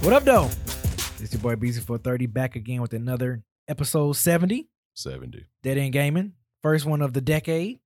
What up, though? It's your boy BC430 back again with another episode 70, 70. Dead End Gaming. First one of the decade.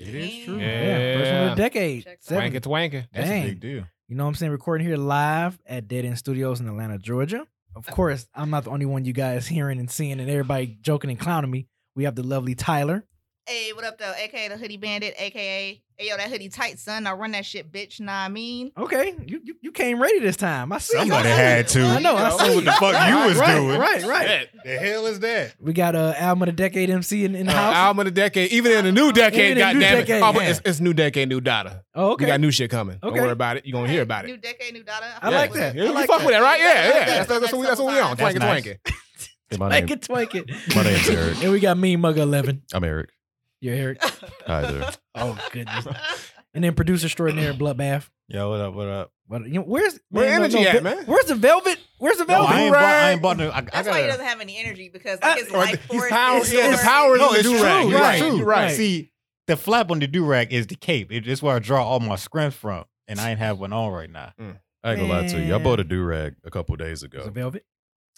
Oh, It is true. First one of Yeah. the decade. Check that. Seven. Wanker to wanker. That's Dang. a big deal. You know what I'm saying? Recording here live at Dead End Studios in Atlanta, Georgia. Of course, I'm not the only one you guys hearing and seeing and everybody joking and clowning me. We have the lovely Tyler. Hey, what up though? AKA the hoodie bandit, aka hey yo, that hoodie tight, son. I run that shit, bitch. Nah, I mean. Okay, you you, you came ready this time. I see. you. Somebody had to. I know. I That's see. what the fuck you Right, was right, doing. Right, right. The hell is that? We got uh, album of the decade MC in, in the Uh, house. album of the decade, even in the new Even decade, in the new goddamn it. decade, Oh, but yeah. it's, it's new decade, new data. oh, We okay. got new shit coming. Okay. Don't worry about it. You're gonna hear about New it. decade, new dollar. I like that. Yeah, you like fuck with that, right? Yeah, I like yeah. that. That's, that's, that's, what we, that's what we on. That's Twanky nice. twanky. My Twank it, twank it. my name's Eric. And we got Mean Mug 11. I'm Eric. You're Eric. Hi there. Oh, goodness. And then producer extraordinaire Bloodbath. Yo, what up? What up? What, you know, where's Where man, no, energy no, at, ve- man? Where's the velvet? Where's the velvet? I ain't bought- I ain't bought no. I, That's why he doesn't have any energy because I- like, his Or the- life He's force power. is Yeah, the soaring. power is No, in the it's do rag. true. You're Right. right. True. You're right. Right. See, the flap on the do rag is the cape. It- It's where I draw all my scrimps from, and I ain't have one on right now. I ain't gonna lie to you. I bought a do rag a couple days Is it ago. velvet?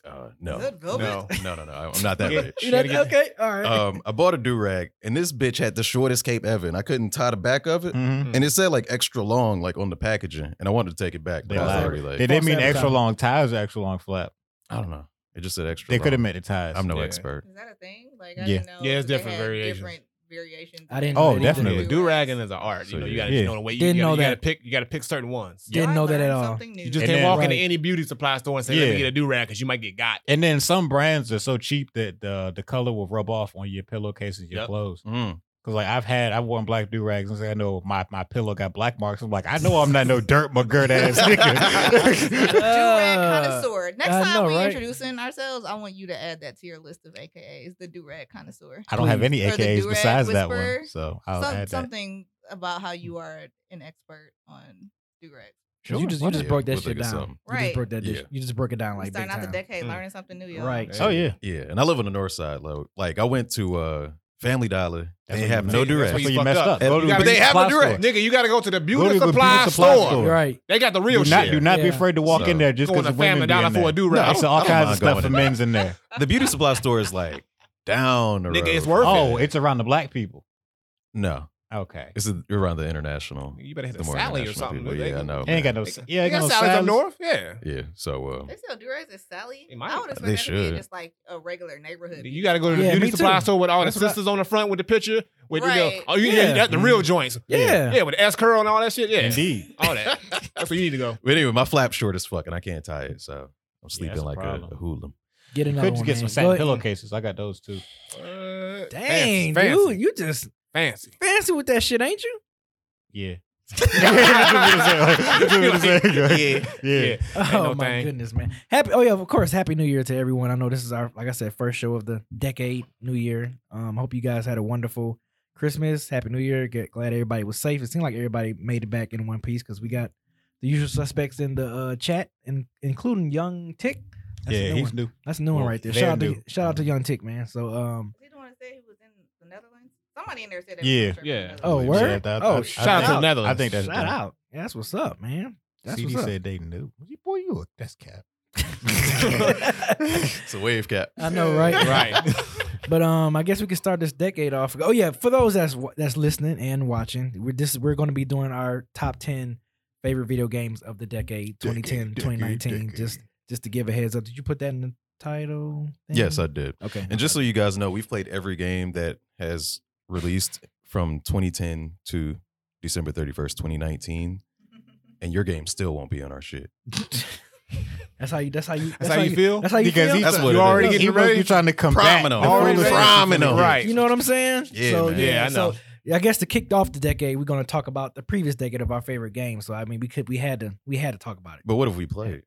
Uh, no, Good no, velvet. no, no, no. I'm not that Yeah. rich. You gotta get- okay, all right. Um, I bought a do rag, and this bitch had the shortest cape ever, and I couldn't tie the back of it. Mhm. And it said like extra long, like on the packaging, and I wanted to take it back, but They I was lied. already like, They didn't mean False extra advertising. long ties or extra long flap. I don't know. It just said extra. They could have long. meant the ties. I'm no Yeah. expert. Is that a thing? Like I Yeah. didn't know. Yeah, it's that they different had variations. Different variations. I didn't Oh, know that either. definitely. Do rag and is an art. So, You know, you yeah. gotta Yeah. just know the way you, Didn't you, know gotta, you gotta that. pick. You gotta pick certain ones. Didn't I know that at learned all. something new. You just And can't then- walk into Right. any beauty supply store and say, "Let me Yeah. get a do rag," because you might get got. And then some brands are so cheap that the the color will rub off on your pillowcases, your Yep. clothes. Mm. Cause like I've had, I've worn black do rags and say I know my, my pillow got black marks. I'm like, I know I'm not no dirt McGirt ass nigga. Do rag Uh, connoisseur. Next I time know, we right? introducing ourselves, I want you to add that to your list of AKAs. The do rag connoisseur. I don't have any Or the AKAs do-rag besides that whisperer. one, so I'll Some- Oh, add that. something about how you are an expert on do rag. You just, you Sure. just Yeah, broke that we'll shit think of down. something. You just Right. broke that. dish- Yeah. You just broke it down We're like big starting out the time. decade, Mm. learning something new, y'all. Right. Oh yeah, Yeah, and I live on the north side. Like, like I went to uh, Family Dollar. That's they what have you- no that's durag. what that's you where you fucked messed up. up. You Go gotta- to the But they have supply a do-rag. store. Nigga, you gotta go to the beauty, Go to the beauty supply, supply store. store. Right. They got the real do not, shit. do not be Yeah. afraid to walk So, in there just Going because to the women be Family Dollar in for a there. do rag. It's all I don't kinds of mind stuff going for in there. men's in there. The beauty supply store is like down the road. Nigga, it's worth it. Oh, it's around the black people. No, Okay. it's a, around the international. You better hit The a more Sally or international something. people, They- yeah, I know. It ain't got no. They- Yeah, They ain't got got no Sally's salads. up north. Yeah. Yeah, so uh, They sell Durex at Sally. They might. I would expect They that to be in should. just like a regular neighborhood. You got to go to the Yeah, me beauty too. supply store with all That's the what I- sisters on the front with the picture. With Right. the, oh, you, Yeah. yeah, that's the real joints. Yeah. Yeah, with the S curl and all that shit. Yeah. Indeed. All that. That's where you need to go. but anyway, my flap short as fuck, and I can't tie it, so I'm sleeping that's a like a, problem. a hoodlum. Get another Could one. just get man. some Go satin ahead. pillowcases. I got those too. Uh, Dang, fancy, fancy, dude, you just Fancy. fancy with that shit, ain't you? Yeah. yeah. Yeah. Yeah. Oh no my thing. goodness, man! Happy oh yeah, of course. Happy New Year to everyone. I know this is our like I said first show of the decade, New Year. Um, hope you guys had a wonderful Christmas. Happy New Year. Get glad everybody was safe. It seemed like everybody made it back in one piece because we got the usual suspects in the uh, chat, and including Young Tick. That's a Yeah, new he's one. new. That's a new one well, right there. they're Shout out to new. shout out to Young Tick, man. So um, He the one that said he was in the Netherlands. Somebody in there said that. Yeah. Yeah. oh Yeah, word that- oh I- I shout Shout out to out the Netherlands. I think that's shout out. Yeah, that's what's up, man. That's CD what's up. said they knew. Boy, you a that's cap. It's a wave cap. I know, right? Right. But um, I guess we can start this decade off. Oh yeah, for those that's that's listening and watching, we're this we're going to be doing our top ten favorite video games of the decade, 2010, Decade, decade, 2019. Just decade. just to give a heads up. Did you put that in the title? thing? Yes, I did. okay. And just so you guys know, we've played every game that has released from 2010 to December 31st, 2019, and your game still won't be on our shit. that's how you. That's how you. That's how you feel? That's how you Because feel. he's That's what you it already is. getting He ready. must You be trying to come Priming back. them. The Already first priming time. them. Right. you know what I'm saying? Yeah, So, man. Yeah, I so know. I guess to kick off the decade, we're going to talk about the previous decade of our favorite games. So I mean, we could we had to we had to talk about it. But what have we played?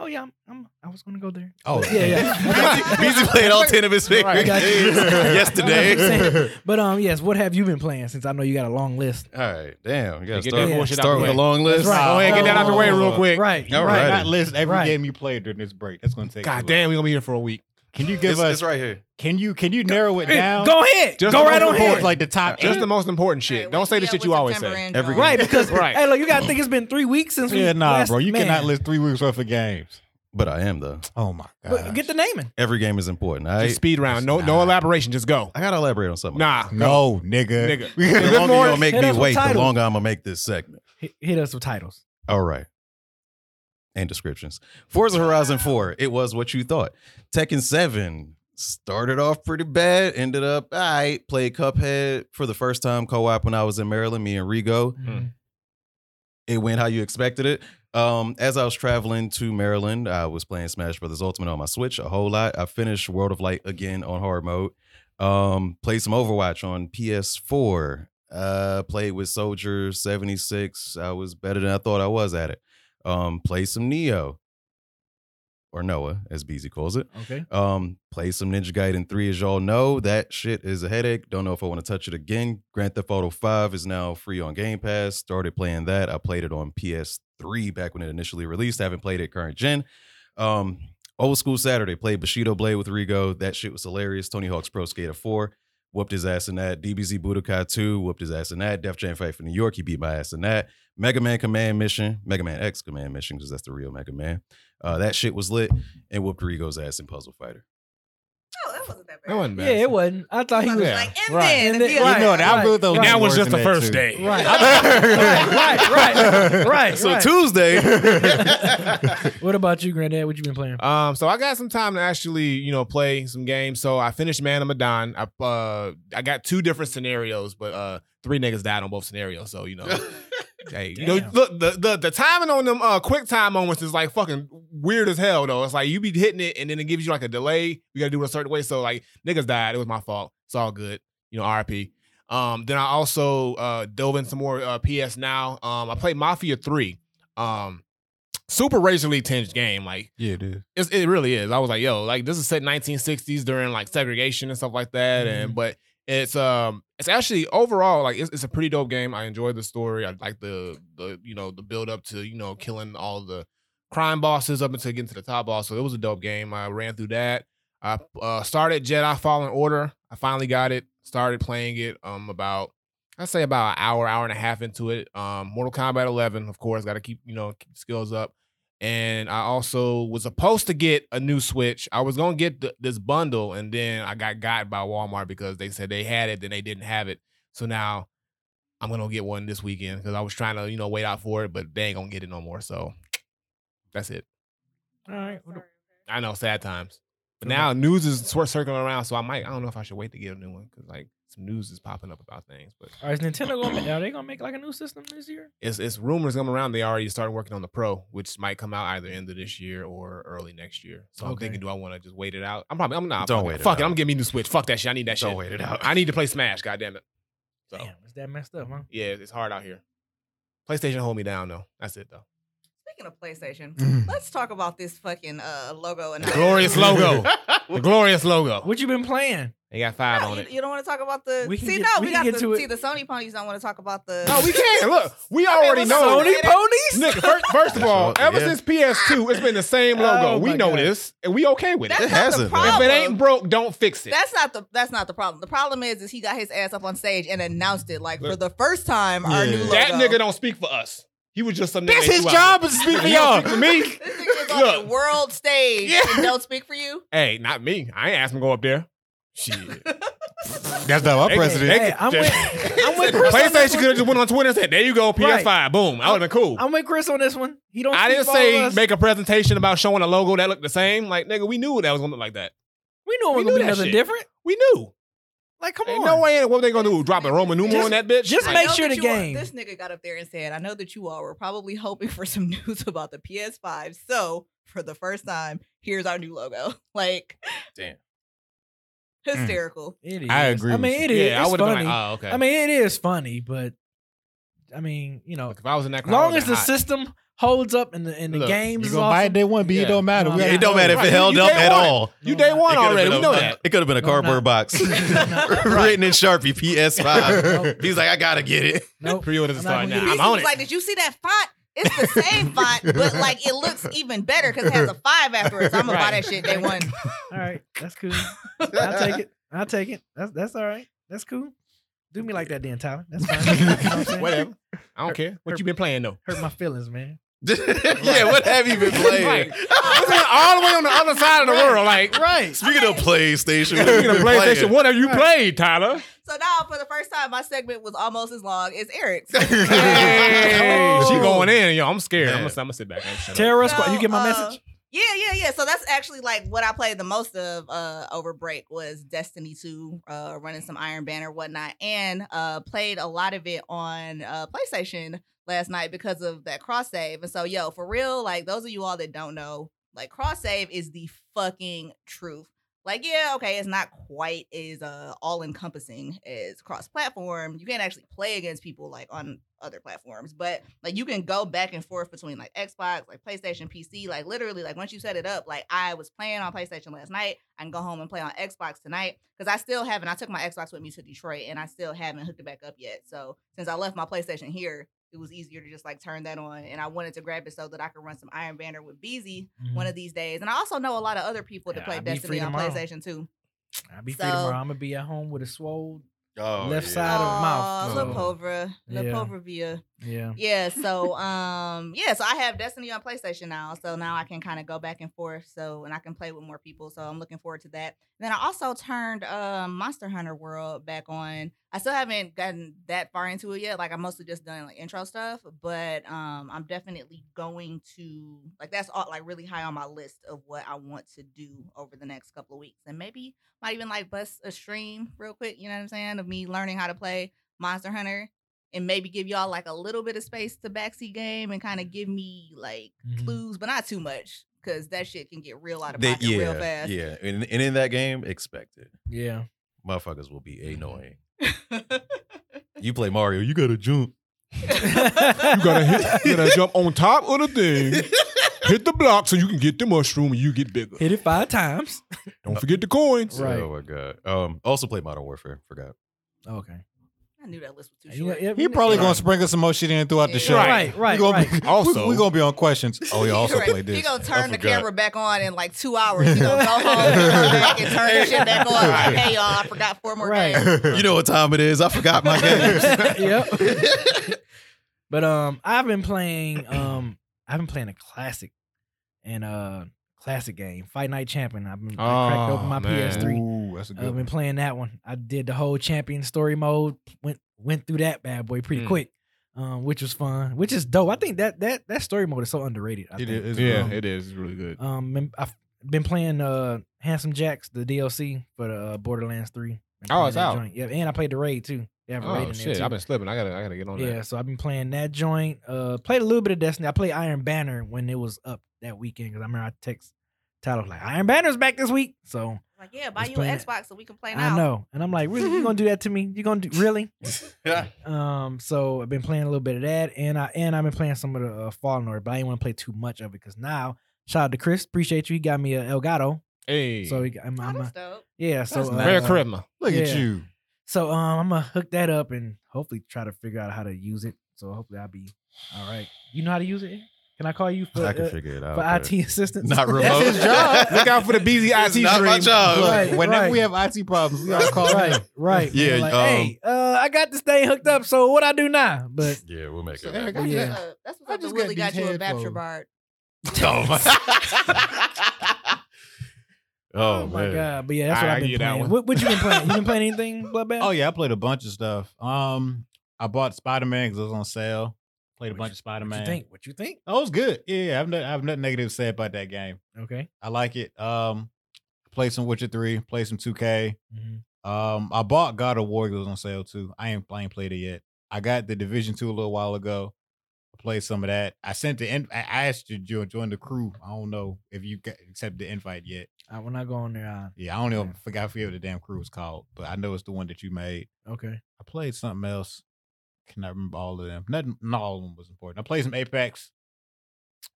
Oh yeah, I'm, I'm I was going to go there. Oh, Yeah, yeah. Beasy played all 10 of his favorite Right. Got you. games yesterday. But um, yes, what have you been playing since I know you got a long list? All right, damn. You gotta Get that start, bullshit out start the with a way. long list. That's right. Go ahead and get that out the way real quick. Right. All right. right. Not list every Right. game you played during this break. That's going to take. God too long. damn, we going to be here for a week. Can you give It's, us? it's right here. Can you can you narrow it Hey, down? Go ahead. Just go right go on for here. it. Like the top. Just Just the most important shit. Don't say the shit you always say. Every- Right, because Right. hey, look, you gotta think it's been three weeks since we yeah, nah, last- bro. You man. cannot list three weeks worth of games. but I am though. Oh my god. But get the naming. Every game is important. I Just speed round. No, no Nah. elaboration. Just go. I gotta elaborate on something. Nah. Go. no, nigga. Nigga. The Good longer you morning. gonna make Hit me us with wait, the titles. longer I'm gonna make this segment. Hit, hit us with titles. All Oh, right. And descriptions. Forza Horizon 4, it was what you thought. Tekken 7 started off pretty bad, ended up all right. Played Cuphead for the first time co-op when I was in Maryland, me and Rigo. Mm-hmm. It went how you expected it. Um, as I was traveling to Maryland, I was playing Smash Brothers Ultimate on my Switch a whole lot. I finished World of Light again on hard mode. Um, played some Overwatch on PS4. Uh, played with Soldier 76. I was better than I thought I was at it. Um, played some Neo or Noah, as BZ calls it. Okay. Um, play some Ninja Gaiden 3, as y'all know. That shit is a headache. Don't know if I want to touch it again. Grand Theft Auto 5 is now free on Game Pass. Started playing that. I played it on PS3 back when it initially released. I haven't played it current gen. Um, old school Saturday, played Bushido Blade with Rigo. That shit was hilarious. Tony Hawk's Pro Skater 4. Whooped his ass in that. DBZ Budokai 2, whooped his ass in that. Def Jam Fight for New York, he beat my ass in that. Mega Man Command Mission, Mega Man X Command Mission, because that's the real Mega Man. Uh, that shit was lit and whooped Rigo's ass in Puzzle Fighter. Oh, that wasn't that bad. That wasn't Yeah, it wasn't. I thought he I was. was Yeah. like, and Right. then, And if then- you- Right, You know that I right, put those right. That was words just in the there, first too. day. Right. right. Right. Right. Right. So right. Tuesday. What about you, Granddad? What you been playing? Um, so I got some time to actually, you know, play some games. So I finished Man of Medan. I uh, I got two different scenarios, but uh, three niggas died on both scenarios. So you know, hey, you know, Damn. look the, the the timing on them uh quick time moments is like fucking weird as hell though. It's like you be hitting it and then it gives you like a delay. You gotta do it a certain way. So like niggas died. It was my fault. It's all good. You know, RP. Um, then I also uh dove in some more uh, PS Now. Um, I played Mafia Three. Um, super racially tinged game. Like Yeah, dude. it's, it really is. I was like, yo, like this is set 1960s during like segregation and stuff like that. And but it's um it's actually overall like it's, it's a pretty dope game. I enjoyed the story. I like the the you know the build up to you know killing all the crime bosses up until getting to the top boss. So it was a dope game. I ran through that. I uh, started Jedi Fallen Order. I finally got it. Started playing it. Um, about I'd say about an hour, hour and a half into it. Um, Mortal Kombat 11, of course, got to keep you know keep skills up and I also was supposed to get a new Switch. I was gonna get th- this bundle, and then I got got by Walmart because they said they had it, then they didn't have it. So now I'm gonna get one this weekend because I was trying to you know wait out for it, but they ain't gonna get it no more. So that's it. All right. I know sad times, but now news is sort of circling around, so I might I don't know if I should wait to get a new one because like some news is popping up about things, but All right. Is Nintendo going? to Are they going to make like a new system this year? it's it's rumors coming around. They already started working on the Pro, which might come out either end of this year or early next year. So I'm Okay. thinking, do I want to just wait it out? I'm probably I'm not. Don't fuck wait It. it Fuck it. out. I'm getting me a new Switch. Fuck that shit. I need that shit. Don't wait it out. I need to play Smash. God damn it. So Damn, it's that messed up, huh? yeah, it's hard out here. PlayStation hold me down though. That's it though. Speaking of PlayStation, Mm. let's talk about this fucking uh, logo and The glorious logo. The glorious logo. What you been playing? They got five No, on you, it. you don't want to talk about the. We can see, get- no, we we, can got get the. to it. See, the Sony ponies don't want to talk about the. No, we can't. Look, we I mean, already what's know. up? Sony ponies? Nigga, first, first of That's all, all- ever yeah. since PS2, it's been the same logo. Oh we my know God. this, and we okay with That's it. It not the hasn't, though. If problem. it ain't broke, don't fix it. That's not the that's not the problem. The problem is is he got his ass up on stage and announced it like for Look. the first time our Yeah. new logo. That nigga don't speak for us. He was just some. That's nigga his who job out is to speak there. for He don't y'all. speak for me. This nigga's Look. on the world stage Yeah. and don't speak for you. Hey, not me. I ain't asked him to go up there. Shit. That's not my They- president. they Hey, could I'm just- with- I'm with Chris on this PlayStation one. could have just went on Twitter and said, "There you go, PS5." Boom. I would have been cool. I'm with Chris on this one. He don't. I speak didn't for all of say us. make a presentation about showing a logo that looked the same. Like nigga, we knew that was gonna look like that. We knew it we was gonna knew be that nothing shit. different. We knew. Like, come Ain't on. no way. in What they gonna do? Drop a Roman numeral Just- on that bitch? just Like, I make know sure that the you all- game- this nigga got up there and said, "I know that you all were probably hoping for some news about the PS5, so for the first time, here's our new logo." Like, Damn. hysterical. It is. I agree I with mean, you. it is. yeah, I it's would have funny. been like, oh okay. I mean, it is funny, but I mean, you know, Look, if I was in that crowd, I long would've as the been hot. system holds up and the and the Look, games You is gonna buy it awesome. day one, but Yeah. it don't matter. No, We Yeah, got- it don't matter if Right, it you- held you up day at one. all. you day one It could've already. been We a- know that. It could have been a No, not- cardboard box written in Sharpie PS5. Nope. He's like, I gotta get it. Nope. Pre-orders are I'm not starting gonna now. get Mm. I'm Reese on was it. Like, did you see that font? It's the same font, but like it looks even better because it has a five after it. So I'm gonna buy Right. that shit day one. All right, that's cool. I'll take it. I'll take it. That's that's all right. That's cool. Do me like that, then Tyler. That's fine. You know what I'm saying? Whatever. I don't care. What you been playing though? Hurt my feelings, man. yeah, what have you been playing? Like, This man all the way on the other side of the world. Like, Right. Speaking of PlayStation, what have speaking you of been PlayStation, playing? what have you played, Tyler? So now, for the first time, my segment was almost as long as Eric's. Hey, she Oh. going in. Yo, I'm scared. Yeah. I'm gonna sit back. I'm gonna shut up. Terror So, Squad. You get my uh, message? Yeah, yeah, yeah. So that's actually like what I played the most of uh over break was Destiny 2, uh running some Iron Banner, whatnot, and uh played a lot of it on uh PlayStation last night because of that cross save. And so yo, for real, like those of you all that don't know, like cross save is the fucking truth. Like, yeah, okay, it's not quite as uh all encompassing as cross platform. You can't actually play against people like on other platforms, but like you can go back and forth between like Xbox, like PlayStation, PC, like literally, like once you set it up, like I was playing on PlayStation last night. I can go home and play on Xbox tonight. Cause I still haven't, I took my Xbox with me to Detroit and I still haven't hooked it back up yet. So since I left my PlayStation here, it was easier to just like turn that on. And I wanted to grab it so that I could run some Iron Banner with BZ one of these days. And I also know a lot of other people that Mm-hmm. Yeah, play I'll be free Destiny on tomorrow. PlayStation too. Mm-hmm. I'll be free so- tomorrow. I'm gonna be at home with a swole. Oh, Left yeah. side. out of the Aw, mouth. La Povra, La Oh, Yeah. Povra Via. Yeah. yeah so um yeah so i have destiny on playstation now so now i can kind of go back and forth so and i can play with more people so i'm looking forward to that then i also turned um monster hunter world back on i still haven't gotten that far into it yet like i mostly just done like intro stuff but um i'm definitely going to like that's all like really high on my list of what i want to do over the next couple of weeks and maybe might even like bust a stream real quick you know what i'm saying of me learning how to play monster hunter and maybe give y'all like a little bit of space to backseat game and kind of give me like Mm-hmm. Mhm. clues, but not too much because that shit can get real out of They- pocket yeah, real fast. yeah. And, and in that game, expect it. Yeah. Motherfuckers will be annoying. You play Mario, you gotta jump. You gotta hit. You gotta jump on top of the thing. Hit the block so you can get the mushroom and you get bigger. Hit it five times. Don't forget the coins. Right. Oh my god. Um. Also play Modern Warfare. Forgot. Okay. I knew that list was too You short. know, yeah, He probably yeah. gonna sprinkle some more shit in throughout the show. Right. Right. We gonna Right. be, Also- also, we, we gonna be on questions. Oh, he also Right. played this. He gonna I turn the forgot. camera back on in like two hours. He gonna go home and come back and turn the shit back on. Like, hey y'all, I forgot four more Right. games. You know what time it is? I forgot my games. Yep. But um, I've been playing um, I've been playing a classic, and uh, classic game, Fight Night Champion. I've been I cracked Oh, open my man. PS3. Ooh, that's a I've good been one. playing that one. I did the whole champion story mode. Went went through that bad boy pretty Mm. quick, um, which was fun, which is dope. I think that that that story mode is so underrated. I It think. is. Yeah, Um, it is It's really good. Um, and I've been playing uh Handsome Jacks, the DLC for the uh, Borderlands Three. Been Oh, playing it's that out. Joint. Yeah, and I played the raid too. They have a raid Oh in there shit! too. I've been slipping. I gotta, I gotta get on yeah, that. so I've been playing that joint. Uh, played a little bit of Destiny. I played Iron Banner when it was up that weekend because I remember I text Tyler like Iron Banner's back this week. So Like, yeah, buy Let's you play an that. Xbox so we can play now. I know, and I'm like, really, you gonna do that to me? You gonna do really? That's Um, so I've been playing a little bit of that, and I and I've been playing some of the uh, Fallen Order, but I didn't want to play too much of it because now shout out to Chris, appreciate you. He got me a Elgato, Hey, so he, I'm, Oh, I'm that's a, dope. yeah. So That's uh, nice. Merry uh, Christmas. Look Yeah. at you. So um, I'm gonna hook that up and hopefully try to figure out how to use it. So hopefully I'll be all right. You know how to use it? Can I call you for I can uh, figure it for out. but IT assistance? Not remote. That's his job. Look out for the BZIT It's not my stream. job. Look, Uh, Right, whenever right. we have IT problems, we all call right, him. right. Yeah, Like, um, hey, uh, I got this thing hooked up. So what I do now? But Yeah, we'll make So it. there I happen. got That's Yeah. what's up. That's what's I up. The just Willie got got these you a Bapture headphones. Bard. Oh my. oh, oh man. my god. But yeah, that's All what I've right, I been give you that playing. one. What, what you been playing? You been playing anything, Bloodbath? Oh yeah, I played a bunch of stuff. Um, I bought Spider Man because it was on sale. Played a What bunch you- of Spider What you Man. think? What you think? Oh, it was good. Yeah, yeah. I have no, I have nothing negative to say about that game. Okay. I like it. Um, played some Witcher three. Played some two K. Mhm. Um, I bought God of War. 'cause It was on sale too. I ain't, I ain't played it yet. I got the Division two a little while ago. I played some of that. I sent the. In- I asked you to join, join the crew. I don't know if you got, accept the invite yet. Uh, when I go on there, Yeah, I don't know. Yeah. I forgot I forget what the damn crew was called, but I know it's the one that you made. uh, okay. I played something else. Cannot remember all of them. Nothing, not all of them was important. I played some Apex.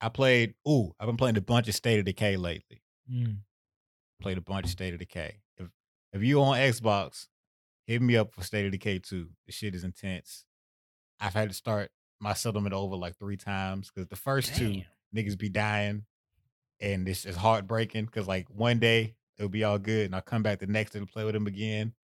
I played. Ooh, I've been playing a bunch of State of Decay lately. Mm. Played a bunch of State of Decay. If if you on Xbox, hit me up for State of Decay two. The shit is intense. I've had to start my settlement over like three times because the first two Damn. niggas be dying, and this is heartbreaking because like one day it'll be all good, and I'll come back the next day to play with them again,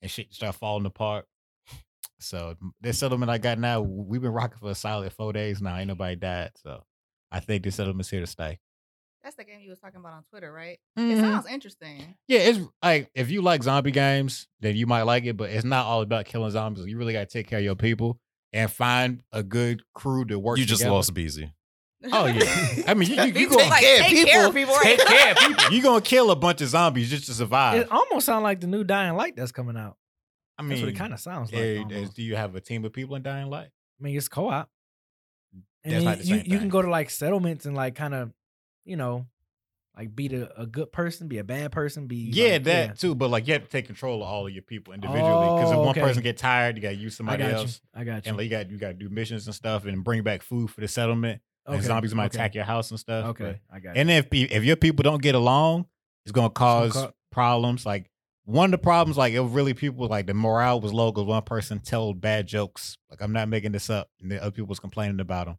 and shit start falling apart. So m- this settlement I got now, we've been rocking for a solid four days now. Ain't nobody died, so I think this settlement's here to stay. That's the game you was talking about on Twitter, right? Mm-hmm. It sounds interesting. Yeah, it's like if you like zombie games, then you might like it, but it's not all about killing zombies. You really got to take care of your people and find a good crew to work. You just together. lost BZ. Oh yeah, I mean you you, you He's gonna like, care of take care of people. people. right? take care of people. You gonna kill a bunch of zombies just to survive. It almost sounds like the new Dying Light that's coming out. Uh, I That's mean, what it kind of sounds like. eh, eh, almost. do you have a team of people in Dying Light? I mean, it's co-op. And then That's not the you, same you can thing. go to like settlements and like kind of, you know, like be the, a good person, be a bad person, be Yeah, like, that too. But like you have to take control of all of your people individually because if Oh, one okay. person get tired, you got to use I somebody got else, you. I got you. and like, you got you got to do missions and stuff, and bring back food for the settlement. And Okay, zombies might okay, attack your house and stuff. but- Okay, I got you. And if pe- if your people don't get along, it's gonna gonna cause cau- problems. Like one of the problems, like it really people like the morale was low because one person told bad jokes. Like I'm not making this up, and the other people was complaining about them.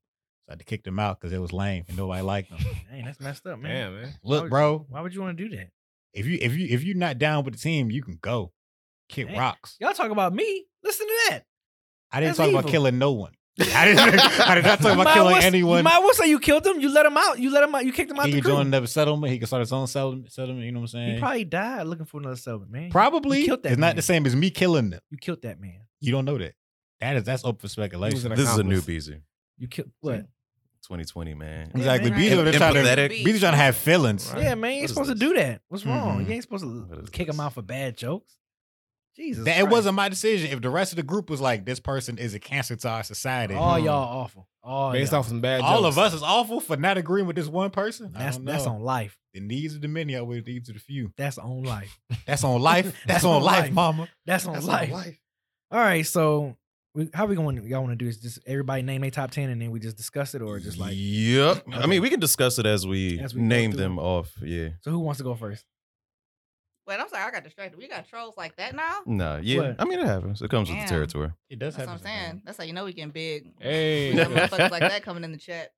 So I had to kick them out because it was lame and nobody liked them. Oh, Dang, that's messed up, man. Man, man. Look, would- bro, Why would you want to do that? if you if you if you're not down with the team, you can go kick Dang. rocks. Y'all talk about me. Listen to that. I didn't That's talk about evil. killing no one. I didn't. I did not talk You about might killing well- You anyone. might well say you killed him. You let him out. You let him out. You kicked him out He the could crew. join another settlement. He could start his own settlement. Settlement. You know what I'm saying? He probably died looking for another settlement, man. Probably. You killed that it's man. not the same as me killing them. you killed that man. You don't know that. That is that's up for He was speculation. an This is a new accomplice. BZ. You killed what? 2020, man. Exactly. Right. Bees are Em- trying to empathetic. Bees. bees are trying to have feelings. Right. Yeah, man, you What ain't is supposed this? to do that. What's wrong? Mhm. You ain't supposed What to is kick this? him out for bad jokes. Jesus, That it Christ. wasn't my decision. If the rest of the group was like, this person is a cancer to our society. All y'all awful. All Based y'all. off some Hmm. bad all of jokes. us is awful for not agreeing with this one person. That's I don't know. that's on life. the needs of the many outweigh the needs of the few. That's on life. That's on life. That's on life, mama. That's on That's life. All right, so we, how we going? to Y'all want to do is just everybody name their top ten and then we just discuss it, or just like Yep. I Okay. mean, we can discuss it as we, As we go name through them them. off. Yeah. so? Who wants to go first? Wait, I'm sorry, I got distracted. We got trolls like that now. Mm, Nah. Yeah. What? I mean, it happens. It comes with Damn. the territory. It does That's what I'm saying. That's how you know we getting big. Hey. We got motherfuckers like that coming in the chat.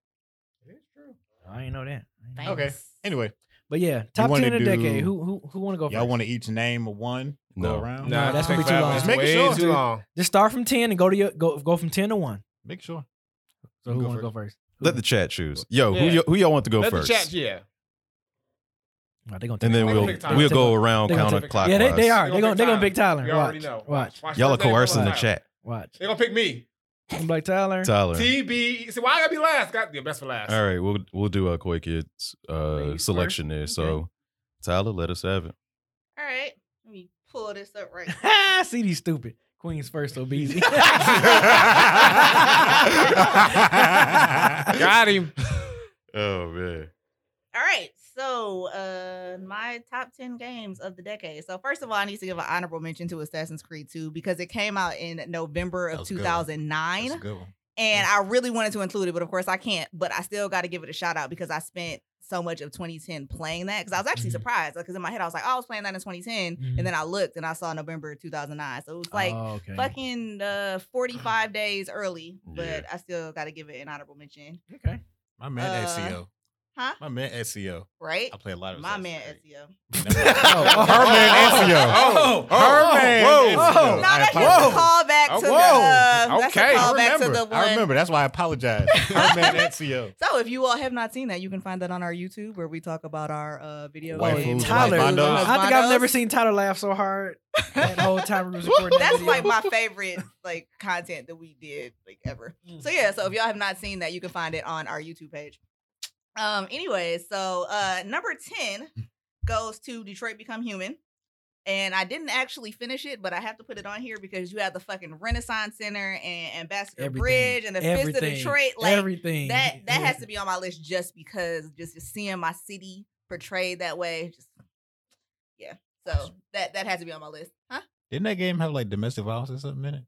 I ain't know that. I ain't know that. Thanks. Okay. Anyway, but yeah, top wanna ten of the decade. do- Who who who want to go first? y'all want to each name of one No. go around? Nah, that's take gonna be too five long. minutes. Just make it Way short, too dude. long. just start from ten and go to your go go from ten to one. Make sure. So who want to go first? Let the chat choose. Yo, Yeah. who, y- who y'all want to go Let first? the chat, yeah. All right, they gonna And take then it. Like we'll big time. we'll go around They gonna take- counterclockwise. Yeah, they, they are. They're They gonna gonna pick they're gonna pick Tyler. You watch, already know. Watch, Y'all are first name, first coercing the name. chat. watch. They gonna pick me. I'm like Tyler. Tyler. TB. See, why I gotta be last? Got the best for last. All right, we'll we'll do a Koi Kids uh, Ladies selection there. So Okay. Tyler, let us have it. All right. Let me pull this up right CD stupid. Queen's first obese. Got him. Oh man. All right. So, uh, my top 10 games of the decade. So, first of all, I need to give an honorable mention to Assassin's Creed 2 because it came out in November That of was good. 2009. That's a good one. And I really wanted to include it, but of course I can't. But I still got to give it a shout out because I spent so much of 2010 playing that because I was actually Mhm. surprised because in my head I was like, oh, I was playing that in 2010, Mhm. and then I looked and I saw November 2009. So it was like Oh, okay. fucking uh, 45 days early, but Yeah. I still got to give it an honorable mention, Okay. My man Uh, SEO. huh? My man SEO. right? I play a lot of E My Assassin's man E Creed. SEO. oh, her man SEO. Oh, oh, Her oh, man whoa. SEO. Oh, No, I that's just apologize. a call back to Oh, the. whoa. Uh, that's Okay, a I I call back to remember. the one. I remember. That's why I apologize. Her man SEO. So if you all have not seen that, you can find that on our YouTube where we talk about our uh, video Waifus, game. Who's Tyler, like Mondo? I think I've never Mondos. seen Tyler laugh so hard that whole time we was recording. that That's video. like my favorite like content that we did like ever. So Mm-hmm. yeah, so if y'all have not seen that, you can find it on our YouTube page. Um anyway, so uh number 10 Mm. goes to Detroit Become Human. And I didn't actually finish it, but I have to put it on here because you have the fucking Renaissance Center and Ambassador Everything. Bridge and the Fist of Everything. Detroit. Like everything that that has to be on my list just because just, just seeing my city portrayed that way. Just yeah. So that that has to be on my list. Huh? Didn't that game have like domestic violence or something in it?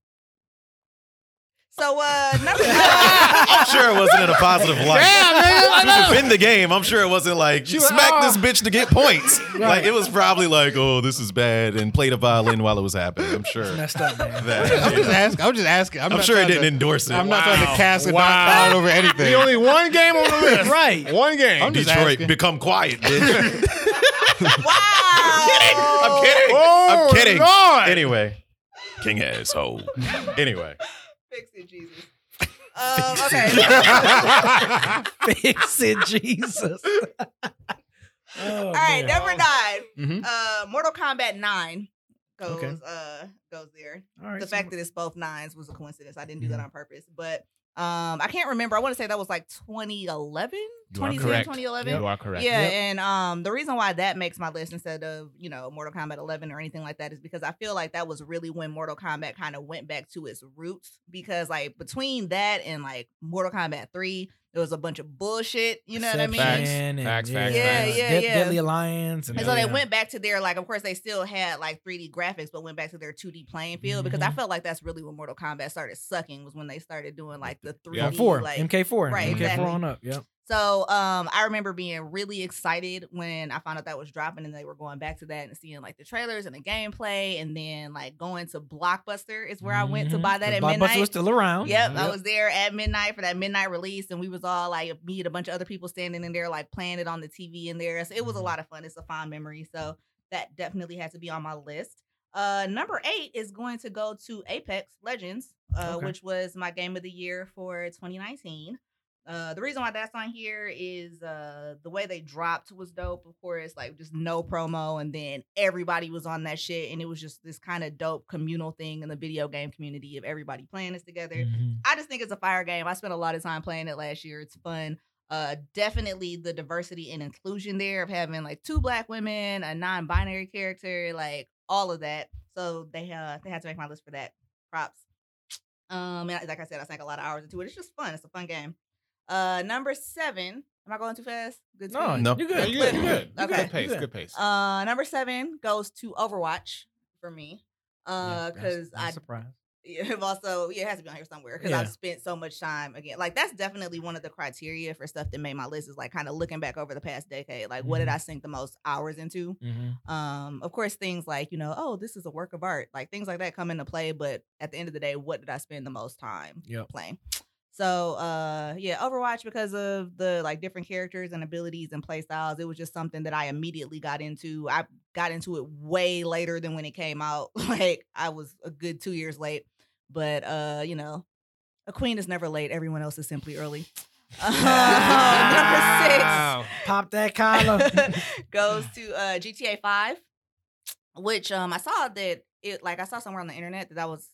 So uh number I'm sure it wasn't in a positive light. Damn, nigga, I to know. defend the game, I'm sure it wasn't like She was smack like, this bitch to get points. Like Right. it was probably like, oh, this is bad, and play the violin while it was happening. I'm sure. It's messed up, man. That- I'm just yeah. asking. I'm just asking. I'm, I'm, not sure it trying didn't to- endorse it. I'm not trying to Wow. cast a Wow. knock down over anything. The only one game on the list. Right. One game. I'm just Detroit, asking. become quiet, bitch. Wow. I'm kidding. Oh, I'm kidding. Lord. anyway, king asshole. Anyway, Fix it, Jesus. Um, okay. Fix it, Jesus. oh, All right, man. number nine. Mhm. Uh, Mortal Kombat Nine goes Okay. uh goes there. All right, the so- fact that it's both nines was a coincidence. I didn't do that on purpose, but um, I can't remember. I want to say that was like 2011, You are 2010, correct. 2011. You are correct. Yeah, Yep. and um, the reason why that makes my list instead of you know Mortal Kombat 11 or anything like that is because I feel like that was really when Mortal Kombat kind of went back to its roots because like between that and like Mortal Kombat 3, there was a bunch of bullshit. You know what I mean? Facts. And, Facts, facts, Yeah, facts. yeah, Dead- yeah. Deadly Alliance. And, And so yeah. they went back to their like, of course, they still had like 3D graphics, but went back to their 2D playing field because I felt like that's really when Mortal Kombat started sucking was when they started doing like the 3D. Yeah. From four, like, MK4, Right, MK4 exactly. on up. Yep. So um, I remember being really excited when I found out that was dropping, and they were going back to that and seeing like the trailers and the gameplay, and then like going to Blockbuster is where I went to Mhm. buy that The at Blockbuster midnight. was still around. Yep, I was there at midnight for that midnight release, and we was all like me and a bunch of other people standing in there, like playing it on the TV in there. So it was a Mhm. lot of fun. It's a fond memory, so that definitely has to be on my list. Uh, number eight is going to go to Apex Legends, uh, Okay. which was my game of the year for 2019. Uh, the reason why that's on here is uh, the way they dropped was dope. Of course, like just no promo, and then everybody was on that shit, and it was just this kind of dope communal thing in the video game community of everybody playing this together. Mhm. I just think it's a fire game. I spent a lot of time playing it last year. It's fun. Uh, definitely the diversity and inclusion there of having like two black women, a non-binary character, like all of that. So they uh, they had to make my list for that. Props. Um, and I- like I said, I sank a lot of hours into it. It's just fun. It's a fun game. Uh, number seven. Am I going too fast? Good. No, speed? No. you Yeah, good. you good. You good. You Okay. Good pace. Good pace. Uh, number seven goes to Overwatch for me. Yeah, Uh, because I'm I surprised. yeah, I've also yeah, it has to be on here somewhere because I've Yeah. spent so much time again. Like that's definitely one of the criteria for stuff that made my list is like kind of looking back over the past decade. Like what did Mhm. I sink the most hours into? Mhm. Um, of course, things like you know, oh, this is a work of art, like things like that come into play. But at the end of the day, what did I spend the most time Yep. playing? So uh, yeah, Overwatch because of the like different characters and abilities and play styles, it was just something that I immediately got into. I got into it way later than when it came out. Like I was a good two years late, but uh, you know, a queen is never late. Everyone else is simply early. oh, Uh, number six Wow. Pop that collar. goes to uh, GTA Five, which um, I saw that it like I saw somewhere on the internet that that was